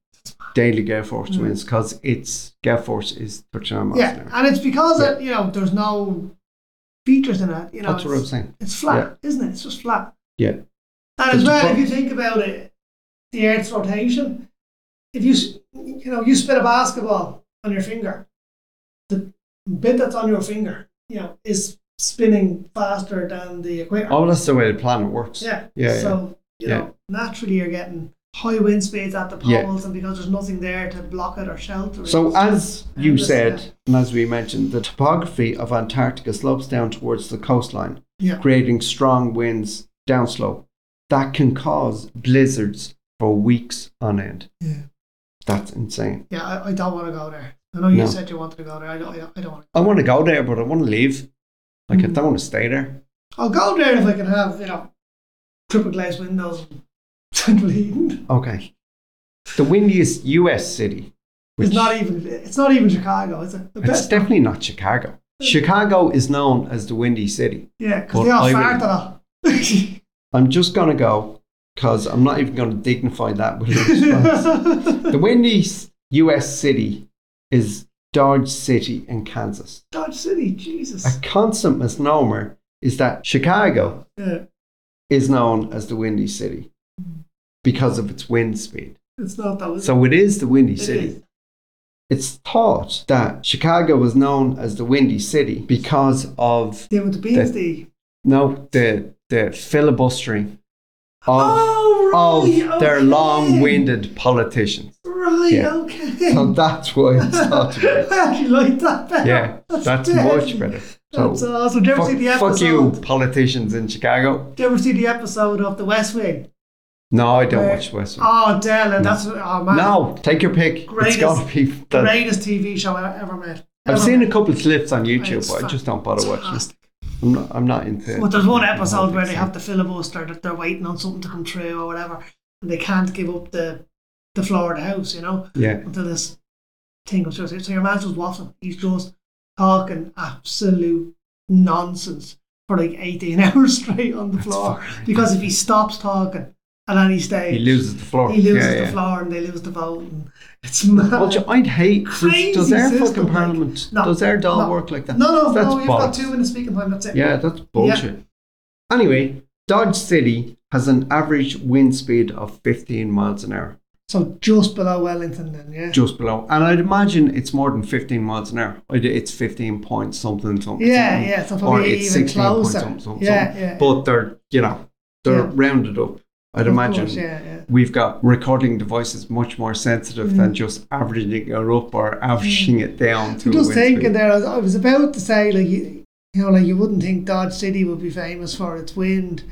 [SPEAKER 1] daily gale force
[SPEAKER 2] Mm.
[SPEAKER 1] winds, because its gale force is 39 miles
[SPEAKER 2] Yeah,
[SPEAKER 1] an hour.
[SPEAKER 2] and it's because, uh, you know, there's no features in it. You know,
[SPEAKER 1] That's what I'm
[SPEAKER 2] it's,
[SPEAKER 1] saying.
[SPEAKER 2] it's flat, isn't it? It's just flat.
[SPEAKER 1] Yeah.
[SPEAKER 2] And
[SPEAKER 1] It's
[SPEAKER 2] as
[SPEAKER 1] a
[SPEAKER 2] well,
[SPEAKER 1] pro-
[SPEAKER 2] if you think about it, the Earth's rotation. If you s- you know you spin a basketball on your finger, the bit that's on your finger, you know, is spinning faster than the equator.
[SPEAKER 1] Oh, that's the way the planet works.
[SPEAKER 2] Yeah.
[SPEAKER 1] Yeah, yeah.
[SPEAKER 2] So you
[SPEAKER 1] Yeah.
[SPEAKER 2] know, naturally you're getting high wind speeds at the poles,
[SPEAKER 1] Yeah.
[SPEAKER 2] and because there's nothing there to block it or shelter it.
[SPEAKER 1] So, uh,
[SPEAKER 2] it's
[SPEAKER 1] as
[SPEAKER 2] just
[SPEAKER 1] you
[SPEAKER 2] endless,
[SPEAKER 1] said, and as we mentioned, the topography of Antarctica slopes down towards the coastline,
[SPEAKER 2] Yeah.
[SPEAKER 1] creating strong winds downslope that can cause blizzards for weeks on end.
[SPEAKER 2] yeah, yeah,
[SPEAKER 1] That's insane.
[SPEAKER 2] yeah I, I don't want to go there. I know you
[SPEAKER 1] No.
[SPEAKER 2] said you wanted to go there. I don't. I don't want.
[SPEAKER 1] I want to go there, but I want to leave. Like, I
[SPEAKER 2] Mm.
[SPEAKER 1] don't want to stay there.
[SPEAKER 2] To. I'll go there if I can have you know triple glazed windows, and central heating.
[SPEAKER 1] Okay. The windiest US city.
[SPEAKER 2] It's not even. It's not even Chicago. It's the
[SPEAKER 1] It's
[SPEAKER 2] best.
[SPEAKER 1] definitely not Chicago. Chicago is known as the windy city.
[SPEAKER 2] Yeah,
[SPEAKER 1] Well,
[SPEAKER 2] because they all
[SPEAKER 1] I
[SPEAKER 2] fart a
[SPEAKER 1] I'm just going to go because I'm not even going to dignify that with a response.
[SPEAKER 2] lot.
[SPEAKER 1] the windy s- US city is Dodge City in Kansas.
[SPEAKER 2] Dodge City,
[SPEAKER 1] A
[SPEAKER 2] Jesus.
[SPEAKER 1] constant misnomer is that Chicago
[SPEAKER 2] Yeah,
[SPEAKER 1] is known as the windy city because of its wind speed.
[SPEAKER 2] it's not that. is it?
[SPEAKER 1] So it is the windy
[SPEAKER 2] It
[SPEAKER 1] city.
[SPEAKER 2] is.
[SPEAKER 1] It's thought that Chicago was known as the windy city because of
[SPEAKER 2] Yeah, with the beans, the
[SPEAKER 1] no the the filibustering of
[SPEAKER 2] oh,
[SPEAKER 1] of
[SPEAKER 2] right,
[SPEAKER 1] their
[SPEAKER 2] okay.
[SPEAKER 1] long-winded politicians.
[SPEAKER 2] Right,
[SPEAKER 1] Yeah.
[SPEAKER 2] okay.
[SPEAKER 1] So that's why it's thought to be.
[SPEAKER 2] I actually like that better.
[SPEAKER 1] Yeah, that's much better. So
[SPEAKER 2] That's uh, awesome. Did you ever see
[SPEAKER 1] fuck,
[SPEAKER 2] the
[SPEAKER 1] fuck you,
[SPEAKER 2] episode?
[SPEAKER 1] politicians in Chicago.
[SPEAKER 2] Did you ever see the episode of The West Wing?
[SPEAKER 1] No, I don't
[SPEAKER 2] Where-
[SPEAKER 1] watch West Wing.
[SPEAKER 2] Oh, Dell, and that's oh man,
[SPEAKER 1] No, take your pick.
[SPEAKER 2] Greatest-
[SPEAKER 1] it's got to be. The,
[SPEAKER 2] greatest TV show I ever made.
[SPEAKER 1] I've
[SPEAKER 2] Ever
[SPEAKER 1] seen a
[SPEAKER 2] made.
[SPEAKER 1] couple of clips on YouTube,
[SPEAKER 2] It's
[SPEAKER 1] but I just don't bother watching.
[SPEAKER 2] fantastic.
[SPEAKER 1] I'm not, I'm not into it.
[SPEAKER 2] But there's one episode where they have to filibuster that they're waiting on something to come through or whatever, and they can't give up the the floor of the house, you know.
[SPEAKER 1] Yeah,
[SPEAKER 2] until this thing comes through. So- So your man's just waffling. He's just talking absolute nonsense for like 18 hours straight on the floor.
[SPEAKER 1] fucking
[SPEAKER 2] Because if he stops talking at any stage,
[SPEAKER 1] he loses the floor.
[SPEAKER 2] he loses
[SPEAKER 1] yeah,
[SPEAKER 2] the
[SPEAKER 1] yeah.
[SPEAKER 2] floor and they lose the vote. And it's mad.
[SPEAKER 1] Well, do- I'd hate.
[SPEAKER 2] Crazy
[SPEAKER 1] Does, does our
[SPEAKER 2] system,
[SPEAKER 1] fucking
[SPEAKER 2] like-
[SPEAKER 1] parliament?
[SPEAKER 2] No,
[SPEAKER 1] does our doll
[SPEAKER 2] no.
[SPEAKER 1] work like that?
[SPEAKER 2] no, no,
[SPEAKER 1] That's
[SPEAKER 2] no, you've got
[SPEAKER 1] bollocks.
[SPEAKER 2] two minutes speaking time. That's it.
[SPEAKER 1] Yeah, that's bullshit. Anyway, Dodge City has an average wind speed of 15 miles an hour,
[SPEAKER 2] So just below Wellington, then, yeah.
[SPEAKER 1] just below. And I'd imagine it's more than 15 miles an hour. I'd- It's 15 point something something.
[SPEAKER 2] yeah,
[SPEAKER 1] something.
[SPEAKER 2] yeah. So
[SPEAKER 1] Or
[SPEAKER 2] probably
[SPEAKER 1] it's
[SPEAKER 2] even
[SPEAKER 1] 16 point
[SPEAKER 2] closer.
[SPEAKER 1] something, something,
[SPEAKER 2] yeah,
[SPEAKER 1] something.
[SPEAKER 2] yeah.
[SPEAKER 1] But they're, you know, they're
[SPEAKER 2] Yeah.
[SPEAKER 1] rounded up. I'd
[SPEAKER 2] Of
[SPEAKER 1] imagine
[SPEAKER 2] course, yeah, yeah.
[SPEAKER 1] we've got recording devices much more sensitive
[SPEAKER 2] Mm.
[SPEAKER 1] than just averaging it up or averaging it down to
[SPEAKER 2] I'm
[SPEAKER 1] a
[SPEAKER 2] Mm. just
[SPEAKER 1] wind
[SPEAKER 2] thinking
[SPEAKER 1] speed.
[SPEAKER 2] there, I was, I was about to say, like, you, you know, like you wouldn't think Dodge City would be famous for its wind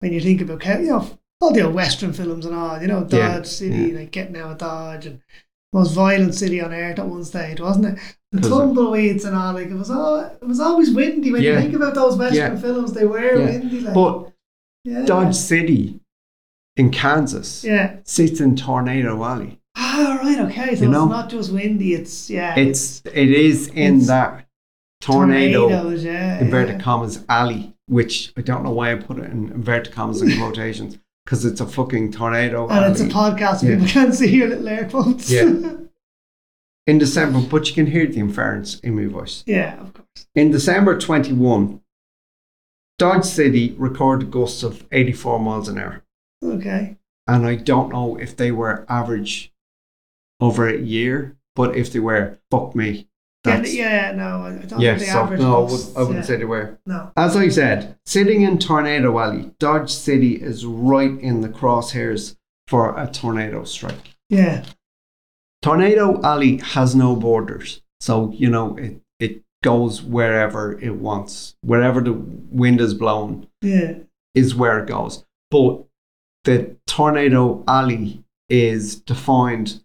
[SPEAKER 2] when you think about, Cal- you know, all the old Western films and all, you know, Dodge
[SPEAKER 1] Yeah,
[SPEAKER 2] City, like getting out of Dodge and most violent city on earth at one stage, wasn't it? The
[SPEAKER 1] 'Cause uh, it-
[SPEAKER 2] tumbleweeds and all, like, it was all, it was always windy when
[SPEAKER 1] Yeah.
[SPEAKER 2] you think about those Western
[SPEAKER 1] Yeah.
[SPEAKER 2] films, they were
[SPEAKER 1] Yeah.
[SPEAKER 2] windy, like,
[SPEAKER 1] But
[SPEAKER 2] yeah.
[SPEAKER 1] Dodge City in Kansas
[SPEAKER 2] Yeah.
[SPEAKER 1] sits in Tornado Alley.
[SPEAKER 2] Ah, right, okay. So
[SPEAKER 1] You know?
[SPEAKER 2] it's not just windy, it's, yeah.
[SPEAKER 1] it's it is in
[SPEAKER 2] It's
[SPEAKER 1] that tornado
[SPEAKER 2] tornadoes, yeah.
[SPEAKER 1] inverted
[SPEAKER 2] yeah.
[SPEAKER 1] commas alley, which I don't know why I put it in inverted commas and quotations because it's a fucking tornado
[SPEAKER 2] And it's a
[SPEAKER 1] alley
[SPEAKER 2] podcast,
[SPEAKER 1] Yeah.
[SPEAKER 2] people can't see your little air quotes.
[SPEAKER 1] Yeah. in December, but you can hear the inference in my voice.
[SPEAKER 2] Yeah, of course.
[SPEAKER 1] In December 21, Dodge City recorded gusts of 84 miles an hour,
[SPEAKER 2] Okay.
[SPEAKER 1] and I don't know if they were average over a year, but if they were, fuck me.
[SPEAKER 2] Yeah,
[SPEAKER 1] That's,
[SPEAKER 2] yeah, no, I don't
[SPEAKER 1] yeah,
[SPEAKER 2] think the
[SPEAKER 1] so
[SPEAKER 2] average
[SPEAKER 1] no, I
[SPEAKER 2] costs,
[SPEAKER 1] wouldn't- I wouldn't
[SPEAKER 2] yeah.
[SPEAKER 1] say they were.
[SPEAKER 2] No.
[SPEAKER 1] As I said, sitting in Tornado Alley, Dodge City is right in the crosshairs for a tornado strike.
[SPEAKER 2] Yeah.
[SPEAKER 1] Tornado Alley has no borders, so you know it, it goes wherever it wants. Wherever the wind is blown
[SPEAKER 2] Yeah.
[SPEAKER 1] is where it goes. But the Tornado Alley is defined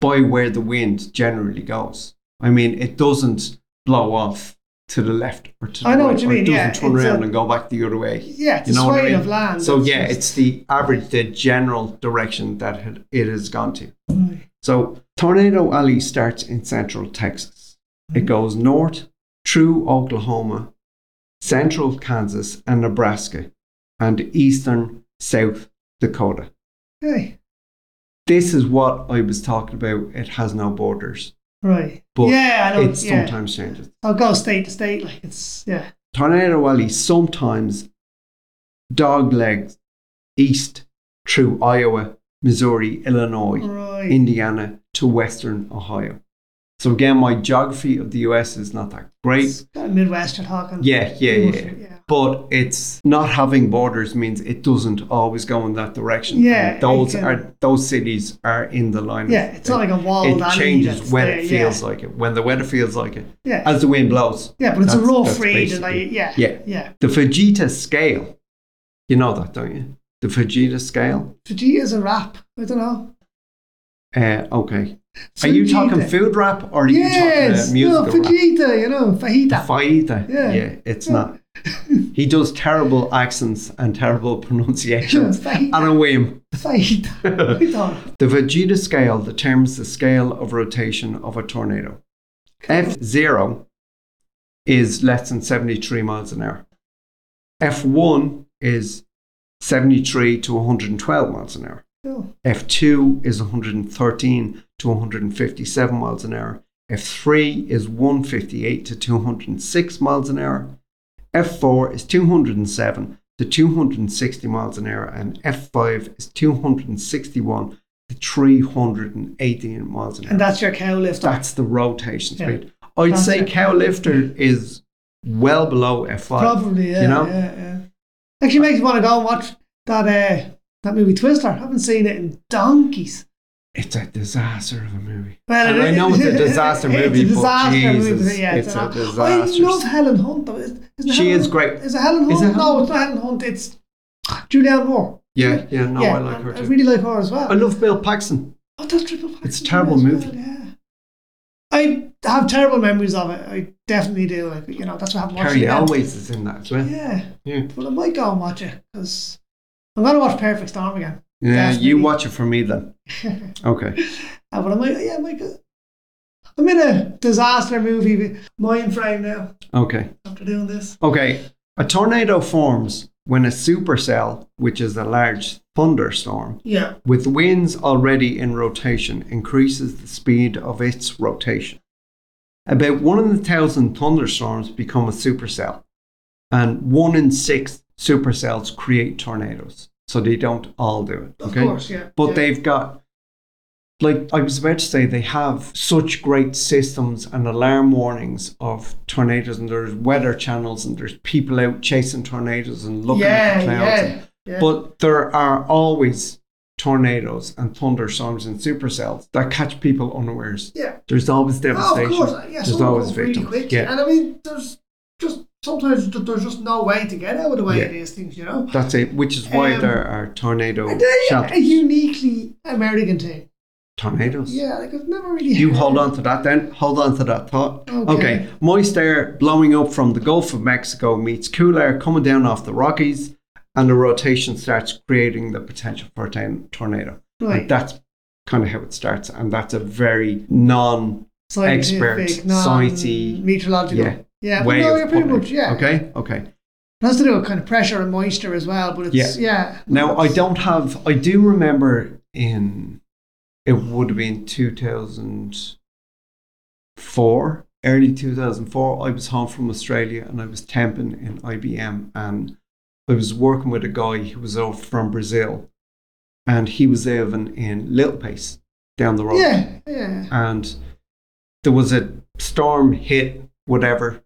[SPEAKER 1] by where the wind generally goes. I mean, it doesn't blow off to the left or to the
[SPEAKER 2] I know
[SPEAKER 1] right,
[SPEAKER 2] what you
[SPEAKER 1] or
[SPEAKER 2] mean,
[SPEAKER 1] it doesn't
[SPEAKER 2] yeah,
[SPEAKER 1] turn
[SPEAKER 2] it's
[SPEAKER 1] around
[SPEAKER 2] a-
[SPEAKER 1] and go back the other way.
[SPEAKER 2] Yeah, it's
[SPEAKER 1] You
[SPEAKER 2] a
[SPEAKER 1] know what I
[SPEAKER 2] swathe
[SPEAKER 1] mean?
[SPEAKER 2] of land.
[SPEAKER 1] So
[SPEAKER 2] it's
[SPEAKER 1] yeah,
[SPEAKER 2] just-
[SPEAKER 1] it's the average, the general direction that had- it has gone to.
[SPEAKER 2] Right.
[SPEAKER 1] So Tornado Alley starts in central Texas.
[SPEAKER 2] Mm-hmm.
[SPEAKER 1] It goes north through Oklahoma, central Kansas and Nebraska, and eastern South Dakota.
[SPEAKER 2] Okay.
[SPEAKER 1] This is what I was talking about. It has no borders,
[SPEAKER 2] Right.
[SPEAKER 1] but
[SPEAKER 2] yeah, I know.
[SPEAKER 1] it
[SPEAKER 2] It's yeah.
[SPEAKER 1] sometimes changes.
[SPEAKER 2] I'll go state to state, like it's yeah.
[SPEAKER 1] Tornado Alley sometimes dog legs east through Iowa, Missouri, Illinois,
[SPEAKER 2] Right.
[SPEAKER 1] Indiana to Western Ohio. So again, my geography of the US is not that great.
[SPEAKER 2] It's that Midwest you're talking.
[SPEAKER 1] Yeah, yeah, yeah. yeah.
[SPEAKER 2] Yeah.
[SPEAKER 1] But it's not having borders means it doesn't always go in that direction.
[SPEAKER 2] Yeah,
[SPEAKER 1] And those
[SPEAKER 2] I can-
[SPEAKER 1] are those cities are in the line. of-
[SPEAKER 2] Yeah, it's not like a walled
[SPEAKER 1] it
[SPEAKER 2] alley
[SPEAKER 1] changes
[SPEAKER 2] that's
[SPEAKER 1] when
[SPEAKER 2] there,
[SPEAKER 1] it feels like it. When the weather feels like it,
[SPEAKER 2] Yeah. Yeah.
[SPEAKER 1] as the wind blows.
[SPEAKER 2] yeah, but it's a
[SPEAKER 1] That's-
[SPEAKER 2] rough
[SPEAKER 1] that's
[SPEAKER 2] read. And like,
[SPEAKER 1] basically-
[SPEAKER 2] yeah.
[SPEAKER 1] yeah.
[SPEAKER 2] Yeah.
[SPEAKER 1] The Vegeta scale, you know that, don't you? The Vegeta scale.
[SPEAKER 2] Fiji is a wrap. I don't know.
[SPEAKER 1] Uh, okay. Are you talking
[SPEAKER 2] Fajita.
[SPEAKER 1] food rap or are you
[SPEAKER 2] Yes.
[SPEAKER 1] talking uh, musical
[SPEAKER 2] no,
[SPEAKER 1] rap?
[SPEAKER 2] fajita, you know, fajita.
[SPEAKER 1] Faida.
[SPEAKER 2] Yeah.
[SPEAKER 1] it's
[SPEAKER 2] Yeah.
[SPEAKER 1] not. He does terrible accents and terrible pronunciations
[SPEAKER 2] Fajita.
[SPEAKER 1] on a whim.
[SPEAKER 2] Fajita.
[SPEAKER 1] the
[SPEAKER 2] I don't
[SPEAKER 1] Vegeta scale determines the scale of rotation of a tornado. F0 is less than 73 miles an hour. F1 is 73 to 112 miles an hour.
[SPEAKER 2] know.
[SPEAKER 1] F2 is 113 to 157 miles an hour. F3 is 158 to 206 miles an hour. F4 is 207 to 260 miles an hour. And F5 is 261 to 318 miles an hour.
[SPEAKER 2] And that's your cow lift.
[SPEAKER 1] That's the rotation
[SPEAKER 2] Yeah.
[SPEAKER 1] speed. I'd
[SPEAKER 2] That's
[SPEAKER 1] say
[SPEAKER 2] it.
[SPEAKER 1] cow lifter is well below F5.
[SPEAKER 2] Probably, yeah.
[SPEAKER 1] you know?
[SPEAKER 2] yeah, yeah. Actually makes me want to go and watch that uh, that movie Twister. I haven't seen it in donkeys.
[SPEAKER 1] It's a disaster of a movie.
[SPEAKER 2] Well,
[SPEAKER 1] And
[SPEAKER 2] it-
[SPEAKER 1] I know it's a disaster movie,
[SPEAKER 2] It's a
[SPEAKER 1] but
[SPEAKER 2] disaster movie,
[SPEAKER 1] Jesus,
[SPEAKER 2] but yeah,
[SPEAKER 1] it's
[SPEAKER 2] an-
[SPEAKER 1] a
[SPEAKER 2] I
[SPEAKER 1] disaster.
[SPEAKER 2] love Helen Hunt though. Isn't it
[SPEAKER 1] She
[SPEAKER 2] Helen
[SPEAKER 1] is
[SPEAKER 2] Hunt?
[SPEAKER 1] great.
[SPEAKER 2] Is it Helen Hunt?
[SPEAKER 1] Is it
[SPEAKER 2] no, it's not Helen Hunt. It's Julianne Moore.
[SPEAKER 1] Yeah, yeah, no,
[SPEAKER 2] yeah,
[SPEAKER 1] I like her
[SPEAKER 2] I
[SPEAKER 1] too.
[SPEAKER 2] really like her as well.
[SPEAKER 1] I love Bill Paxton.
[SPEAKER 2] Oh, that's triple Paxton
[SPEAKER 1] It's a terrible
[SPEAKER 2] as well,
[SPEAKER 1] movie.
[SPEAKER 2] yeah. I have terrible memories of it. I definitely do. Like, you know, that's what happened.
[SPEAKER 1] Carrie Always is in that as well.
[SPEAKER 2] Yeah.
[SPEAKER 1] Yeah.
[SPEAKER 2] Well, I might go and watch it because I'm going to watch Perfect Storm again.
[SPEAKER 1] Yeah, you
[SPEAKER 2] Definitely.
[SPEAKER 1] watch it for me then. Okay.
[SPEAKER 2] Uh, but I might, yeah, I might go. I'm in a disaster movie mind frame now
[SPEAKER 1] Okay.
[SPEAKER 2] after doing this.
[SPEAKER 1] Okay. A tornado forms when a supercell, which is a large thunderstorm,
[SPEAKER 2] Yeah.
[SPEAKER 1] with winds already in rotation, increases the speed of its rotation. About one in a thousand thunderstorms become a supercell, and one in six supercells create tornadoes. So they don't all do it.
[SPEAKER 2] Of
[SPEAKER 1] Okay.
[SPEAKER 2] course, yeah.
[SPEAKER 1] But
[SPEAKER 2] yeah.
[SPEAKER 1] they've got, like I was about to say, they have such great systems and alarm warnings of tornadoes, and there's weather channels, and there's people out chasing tornadoes and looking at
[SPEAKER 2] yeah,
[SPEAKER 1] the clouds.
[SPEAKER 2] yeah, yeah.
[SPEAKER 1] But there are always tornadoes and thunderstorms and supercells that catch people unawares.
[SPEAKER 2] Yeah.
[SPEAKER 1] There's always
[SPEAKER 2] Oh,
[SPEAKER 1] devastation.
[SPEAKER 2] of course. Yeah,
[SPEAKER 1] there's
[SPEAKER 2] some
[SPEAKER 1] always
[SPEAKER 2] of them really
[SPEAKER 1] victims.
[SPEAKER 2] quick.
[SPEAKER 1] yeah,
[SPEAKER 2] And I mean, there's just sometimes th- there's just no way to get out of the way
[SPEAKER 1] Yeah.
[SPEAKER 2] of these things, you know?
[SPEAKER 1] that's it. Which is why
[SPEAKER 2] Um,
[SPEAKER 1] there are tornado
[SPEAKER 2] And they're a
[SPEAKER 1] shelters.
[SPEAKER 2] uniquely American team.
[SPEAKER 1] tornadoes.
[SPEAKER 2] Yeah, like I've never really.
[SPEAKER 1] You
[SPEAKER 2] heard-
[SPEAKER 1] hold on to that then. Hold on to that thought.
[SPEAKER 2] Okay.
[SPEAKER 1] Okay. Moist air blowing up from the Gulf of Mexico meets cool air coming down off the Rockies, and the rotation starts creating the potential for a torn- tornado. And
[SPEAKER 2] Right.
[SPEAKER 1] that's kind of how it starts. And that's a very non
[SPEAKER 2] Scientific,
[SPEAKER 1] expert,
[SPEAKER 2] non-
[SPEAKER 1] society-
[SPEAKER 2] meteorological.
[SPEAKER 1] yeah,
[SPEAKER 2] yeah. but
[SPEAKER 1] way
[SPEAKER 2] no,
[SPEAKER 1] of
[SPEAKER 2] you're pretty
[SPEAKER 1] putting it.
[SPEAKER 2] much, yeah.
[SPEAKER 1] Okay. Okay.
[SPEAKER 2] It has to do with kind of pressure and moisture as well, but it's, yeah.
[SPEAKER 1] Now, I don't have, I do remember in, it would have been 2004, early 2004, I was home from Australia and I was temping in IBM and I was working with a guy who was over from Brazil and he was living in Little Pace down the road.
[SPEAKER 2] Yeah, yeah.
[SPEAKER 1] and there was a storm hit whatever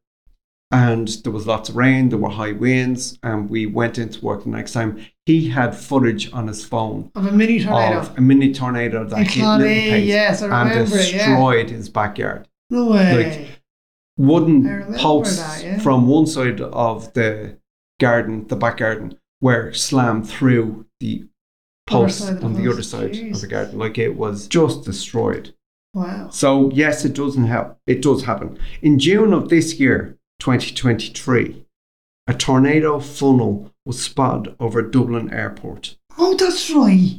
[SPEAKER 1] and there was lots of rain there were high winds and we went into work the next time he had footage on his phone
[SPEAKER 2] Of a mini tornado.
[SPEAKER 1] of a mini tornado that
[SPEAKER 2] In
[SPEAKER 1] hit
[SPEAKER 2] Clonee,
[SPEAKER 1] Little Pace
[SPEAKER 2] yes, I
[SPEAKER 1] and
[SPEAKER 2] remember it, yeah.
[SPEAKER 1] destroyed his backyard
[SPEAKER 2] no way.
[SPEAKER 1] like-
[SPEAKER 2] I
[SPEAKER 1] wooden
[SPEAKER 2] remember
[SPEAKER 1] posts
[SPEAKER 2] that, yeah.
[SPEAKER 1] from one side of the garden the back garden were slammed through the
[SPEAKER 2] Other
[SPEAKER 1] posts
[SPEAKER 2] side of the
[SPEAKER 1] on the
[SPEAKER 2] house,
[SPEAKER 1] other side of the
[SPEAKER 2] Jesus.
[SPEAKER 1] garden like it was just destroyed
[SPEAKER 2] wow.
[SPEAKER 1] so yes, it doesn't help. It does happen. In June of this year, 2023, a tornado funnel was spotted over Dublin Airport.
[SPEAKER 2] Oh, that's right.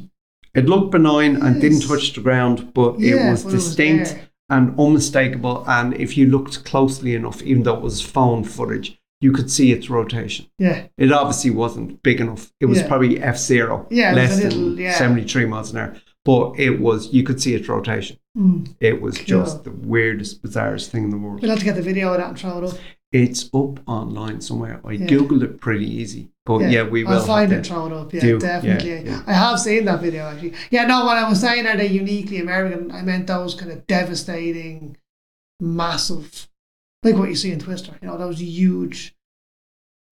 [SPEAKER 1] It looked benign and didn't
[SPEAKER 2] Yes.
[SPEAKER 1] touch the ground, but it
[SPEAKER 2] Yeah,
[SPEAKER 1] was
[SPEAKER 2] but it was
[SPEAKER 1] distinct
[SPEAKER 2] there.
[SPEAKER 1] and unmistakable. And if you looked closely enough, even though it was phone footage, you could see its rotation.
[SPEAKER 2] Yeah.
[SPEAKER 1] It obviously wasn't big enough. It was
[SPEAKER 2] Yeah.
[SPEAKER 1] probably F zero,
[SPEAKER 2] Yeah, it was
[SPEAKER 1] less
[SPEAKER 2] a little-
[SPEAKER 1] than
[SPEAKER 2] yeah.
[SPEAKER 1] 73 miles an hour. But it was, you could see its rotation.
[SPEAKER 2] Mm.
[SPEAKER 1] It was
[SPEAKER 2] Cool.
[SPEAKER 1] just the weirdest, bizarrest thing in the world.
[SPEAKER 2] We'll have to get the video of that and throw it up.
[SPEAKER 1] It's up online somewhere. I
[SPEAKER 2] Yeah.
[SPEAKER 1] googled it pretty easy, but yeah, we will
[SPEAKER 2] I'll find
[SPEAKER 1] have
[SPEAKER 2] it
[SPEAKER 1] to-
[SPEAKER 2] thrown up. Yeah,
[SPEAKER 1] do- yeah,
[SPEAKER 2] definitely.
[SPEAKER 1] yeah.
[SPEAKER 2] I have seen that video actually. Yeah, no, when I was saying are they uniquely American, I meant those kind of devastating, massive, like what you see in Twister. You know, those huge.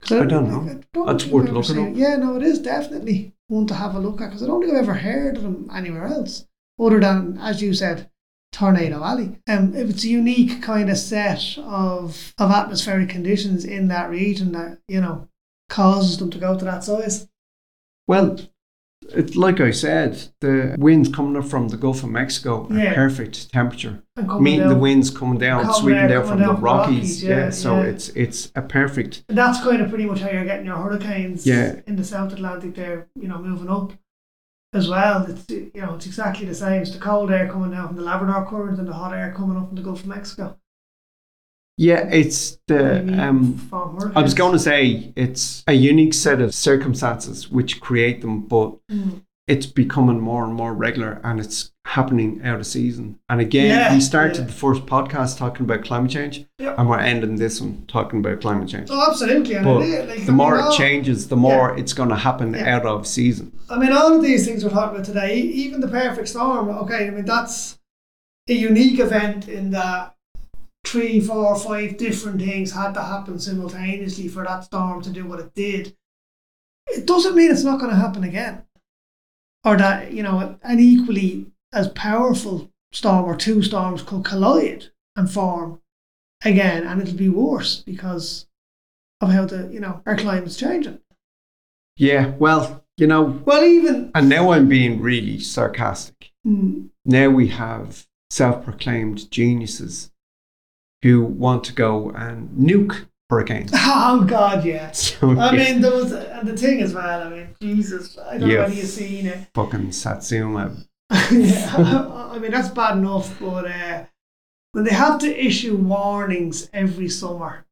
[SPEAKER 2] 'cause
[SPEAKER 1] I don't
[SPEAKER 2] think-
[SPEAKER 1] know.
[SPEAKER 2] I don't
[SPEAKER 1] That's
[SPEAKER 2] think
[SPEAKER 1] worth
[SPEAKER 2] I've ever
[SPEAKER 1] looking
[SPEAKER 2] seen-
[SPEAKER 1] up.
[SPEAKER 2] Yeah, no, it is definitely one to have a look at because I don't think I've ever heard of them anywhere else other than, as you said, Tornado Alley. Um, if it's a unique kind of set of of atmospheric conditions in that region that you know causes them to go to that size.
[SPEAKER 1] Well, it's like I said, the winds coming up from the Gulf of Mexico are
[SPEAKER 2] Yeah.
[SPEAKER 1] perfect temperature.
[SPEAKER 2] And coming
[SPEAKER 1] Meeting the
[SPEAKER 2] down.
[SPEAKER 1] winds coming down,
[SPEAKER 2] Coming
[SPEAKER 1] sweeping
[SPEAKER 2] down,
[SPEAKER 1] down
[SPEAKER 2] coming
[SPEAKER 1] from
[SPEAKER 2] down
[SPEAKER 1] the
[SPEAKER 2] from the Rockies,
[SPEAKER 1] Rockies. Yeah,
[SPEAKER 2] yeah,
[SPEAKER 1] so
[SPEAKER 2] yeah.
[SPEAKER 1] it's it's a perfect.
[SPEAKER 2] And that's kind of pretty much how you're getting your hurricanes
[SPEAKER 1] Yeah.
[SPEAKER 2] in the South Atlantic. They're you know moving up as well. It's you know it's exactly the same. It's the cold air coming down from the Labrador Current and the hot air coming up from the Gulf of Mexico.
[SPEAKER 1] Yeah, it's the
[SPEAKER 2] Maybe
[SPEAKER 1] um.
[SPEAKER 2] form
[SPEAKER 1] I was
[SPEAKER 2] hurricanes.
[SPEAKER 1] going to say it's a unique set of circumstances which create them, but
[SPEAKER 2] Mm.
[SPEAKER 1] it's becoming more and more regular and it's happening out of season. And again,
[SPEAKER 2] Yeah,
[SPEAKER 1] we started
[SPEAKER 2] yeah.
[SPEAKER 1] the first podcast talking about climate change
[SPEAKER 2] Yep.
[SPEAKER 1] and we're ending this one talking about climate change.
[SPEAKER 2] Oh, absolutely. And
[SPEAKER 1] But
[SPEAKER 2] it is, like, oh,
[SPEAKER 1] the more
[SPEAKER 2] we know-
[SPEAKER 1] it changes, the more it's going to happen
[SPEAKER 2] Yeah.
[SPEAKER 1] out of season.
[SPEAKER 2] I mean, all of these things we're talking about today, e- even the perfect storm. Okay, I mean that's a unique event in that three, four, five different things had to happen simultaneously for that storm to do what it did. It doesn't mean it's not going to happen again, or that you know an equally as powerful storm or two storms could collide and form again, and it'll be worse because of how the you know our climate's changing.
[SPEAKER 1] Yeah, well, you know,
[SPEAKER 2] Well, even.
[SPEAKER 1] and now I'm being really sarcastic.
[SPEAKER 2] mm,
[SPEAKER 1] Now we have self proclaimed geniuses who want to go and nuke hurricanes.
[SPEAKER 2] Oh God, yeah.
[SPEAKER 1] So
[SPEAKER 2] I
[SPEAKER 1] you
[SPEAKER 2] mean, there was, and the thing as well. I mean, Jesus, I don't
[SPEAKER 1] Yeah.
[SPEAKER 2] know whether you've seen it.
[SPEAKER 1] fucking Satsuma.
[SPEAKER 2] yeah, I, I mean, that's bad enough, but uh, when they have to issue warnings every summer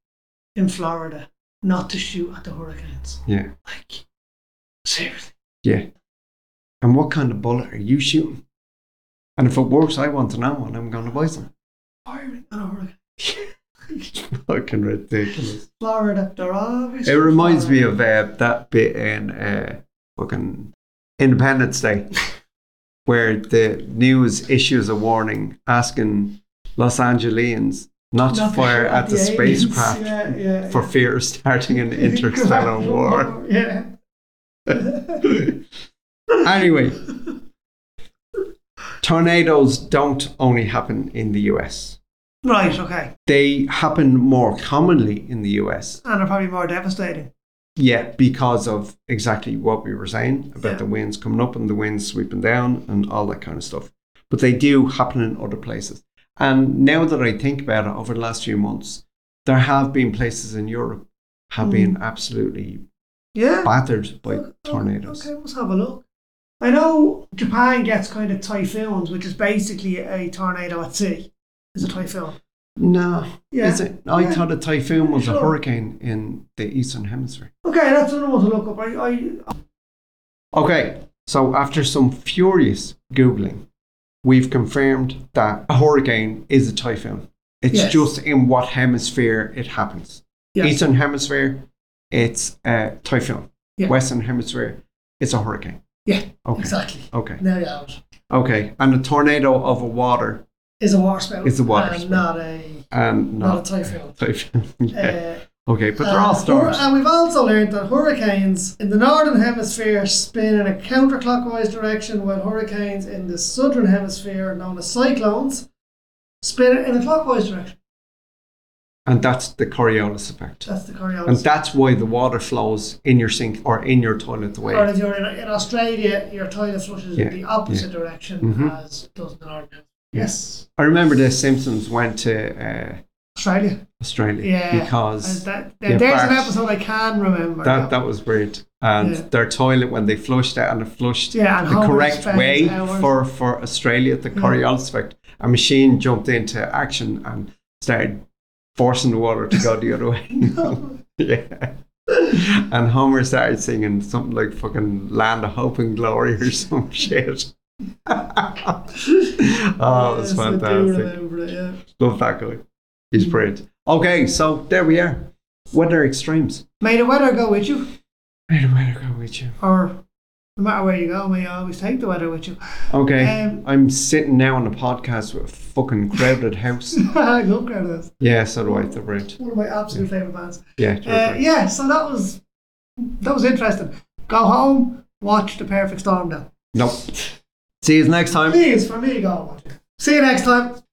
[SPEAKER 2] in Florida not to shoot at the hurricanes,
[SPEAKER 1] Yeah,
[SPEAKER 2] like seriously,
[SPEAKER 1] yeah. And what kind of bullet are you shooting? And if it works, I want to know and I'm going to buy some.
[SPEAKER 2] firing at a hurricane.
[SPEAKER 1] Fucking ridiculous.
[SPEAKER 2] Florida, they're always.
[SPEAKER 1] It reminds me of uh, that bit in uh, fucking Independence Day where the news issues a warning asking Los Angeles not to
[SPEAKER 2] Not
[SPEAKER 1] fire
[SPEAKER 2] shoot
[SPEAKER 1] at the,
[SPEAKER 2] aliens.
[SPEAKER 1] spacecraft
[SPEAKER 2] Yeah, yeah,
[SPEAKER 1] for
[SPEAKER 2] yeah.
[SPEAKER 1] fear of starting an interstellar war.
[SPEAKER 2] Yeah.
[SPEAKER 1] anyway, tornadoes don't only happen in the US.
[SPEAKER 2] Right. Okay.
[SPEAKER 1] They happen more commonly in the US.
[SPEAKER 2] And are probably more devastating.
[SPEAKER 1] Yeah, because of exactly what we were saying about
[SPEAKER 2] Yeah.
[SPEAKER 1] the winds coming up and the winds sweeping down and all that kind of stuff. But they do happen in other places. And now that I think about it over the last few months, there have been places in Europe have been absolutely
[SPEAKER 2] Yeah.
[SPEAKER 1] battered by
[SPEAKER 2] Okay,
[SPEAKER 1] tornadoes.
[SPEAKER 2] Okay, let's have a look. I know Japan gets kind of typhoons, which is basically a tornado at sea. Is a typhoon.
[SPEAKER 1] No,
[SPEAKER 2] Yeah.
[SPEAKER 1] is it? Oh, I
[SPEAKER 2] Yeah.
[SPEAKER 1] thought a typhoon was a
[SPEAKER 2] Sure.
[SPEAKER 1] hurricane in the eastern hemisphere.
[SPEAKER 2] Okay, that's what I want to look up. I, I,
[SPEAKER 1] Okay, so after some furious googling, we've confirmed that a hurricane is a typhoon. It's
[SPEAKER 2] Yes.
[SPEAKER 1] just in what hemisphere it happens.
[SPEAKER 2] Yeah.
[SPEAKER 1] Eastern hemisphere, it's a typhoon.
[SPEAKER 2] Yeah.
[SPEAKER 1] Western hemisphere, it's a hurricane.
[SPEAKER 2] yeah,
[SPEAKER 1] Okay.
[SPEAKER 2] exactly.
[SPEAKER 1] Okay.
[SPEAKER 2] There you have it.
[SPEAKER 1] Okay. And a tornado over water
[SPEAKER 2] Is a war spell.
[SPEAKER 1] It's a water
[SPEAKER 2] and
[SPEAKER 1] spout.
[SPEAKER 2] Not a.
[SPEAKER 1] and
[SPEAKER 2] Not
[SPEAKER 1] not,
[SPEAKER 2] a typhoon.
[SPEAKER 1] typhoon. yeah.
[SPEAKER 2] Uh,
[SPEAKER 1] okay, but they're all
[SPEAKER 2] and hur-
[SPEAKER 1] stars.
[SPEAKER 2] And we've also learned that hurricanes in the northern hemisphere spin in a counterclockwise direction, while hurricanes in the southern hemisphere, known as cyclones, spin in a clockwise direction.
[SPEAKER 1] And that's the Coriolis effect.
[SPEAKER 2] That's the Coriolis.
[SPEAKER 1] And that's why the water flows in your sink or in your toilet the way.
[SPEAKER 2] Or if you're in, in Australia, your toilet flushes
[SPEAKER 1] Yeah,
[SPEAKER 2] in the opposite direction
[SPEAKER 1] Mhm.
[SPEAKER 2] as it does in the Northern.
[SPEAKER 1] Yeah.
[SPEAKER 2] Yes.
[SPEAKER 1] I remember the Simpsons went to uh,
[SPEAKER 2] Australia.
[SPEAKER 1] Australia
[SPEAKER 2] Yeah.
[SPEAKER 1] because
[SPEAKER 2] And that,
[SPEAKER 1] yeah,
[SPEAKER 2] there's an
[SPEAKER 1] Bart-
[SPEAKER 2] episode I can remember.
[SPEAKER 1] that, that was weird. And
[SPEAKER 2] Yeah.
[SPEAKER 1] their toilet, when they flushed it and it flushed
[SPEAKER 2] yeah, and
[SPEAKER 1] the
[SPEAKER 2] Homer
[SPEAKER 1] correct
[SPEAKER 2] spends
[SPEAKER 1] way
[SPEAKER 2] hours- Mm.
[SPEAKER 1] for, for Australia, the
[SPEAKER 2] Yeah.
[SPEAKER 1] Coriolis effect, a machine jumped into action and started forcing the water to go the other way. yeah. And Homer started singing something like fucking Land of Hope and Glory or some shit. oh, it was
[SPEAKER 2] Yes, I do
[SPEAKER 1] fantastic.
[SPEAKER 2] remember it, yeah.
[SPEAKER 1] Love that guy. He's brilliant. Okay, so there we are. Weather extremes.
[SPEAKER 2] May the weather go with you,
[SPEAKER 1] May the weather go with you.
[SPEAKER 2] or no matter where you go, may you always take the weather with you.
[SPEAKER 1] Okay,
[SPEAKER 2] Um,
[SPEAKER 1] I'm sitting now on a podcast with a fucking crowded house.
[SPEAKER 2] I love Greta.
[SPEAKER 1] yeah, so do I. The red.
[SPEAKER 2] One of my absolute favourite bands.
[SPEAKER 1] Yeah,
[SPEAKER 2] Uh,
[SPEAKER 1] they're great.
[SPEAKER 2] yeah, so that was that was interesting. Go home, watch the perfect storm. Then
[SPEAKER 1] Nope. See you next time.
[SPEAKER 2] please, for me, go and watch it. See you next time.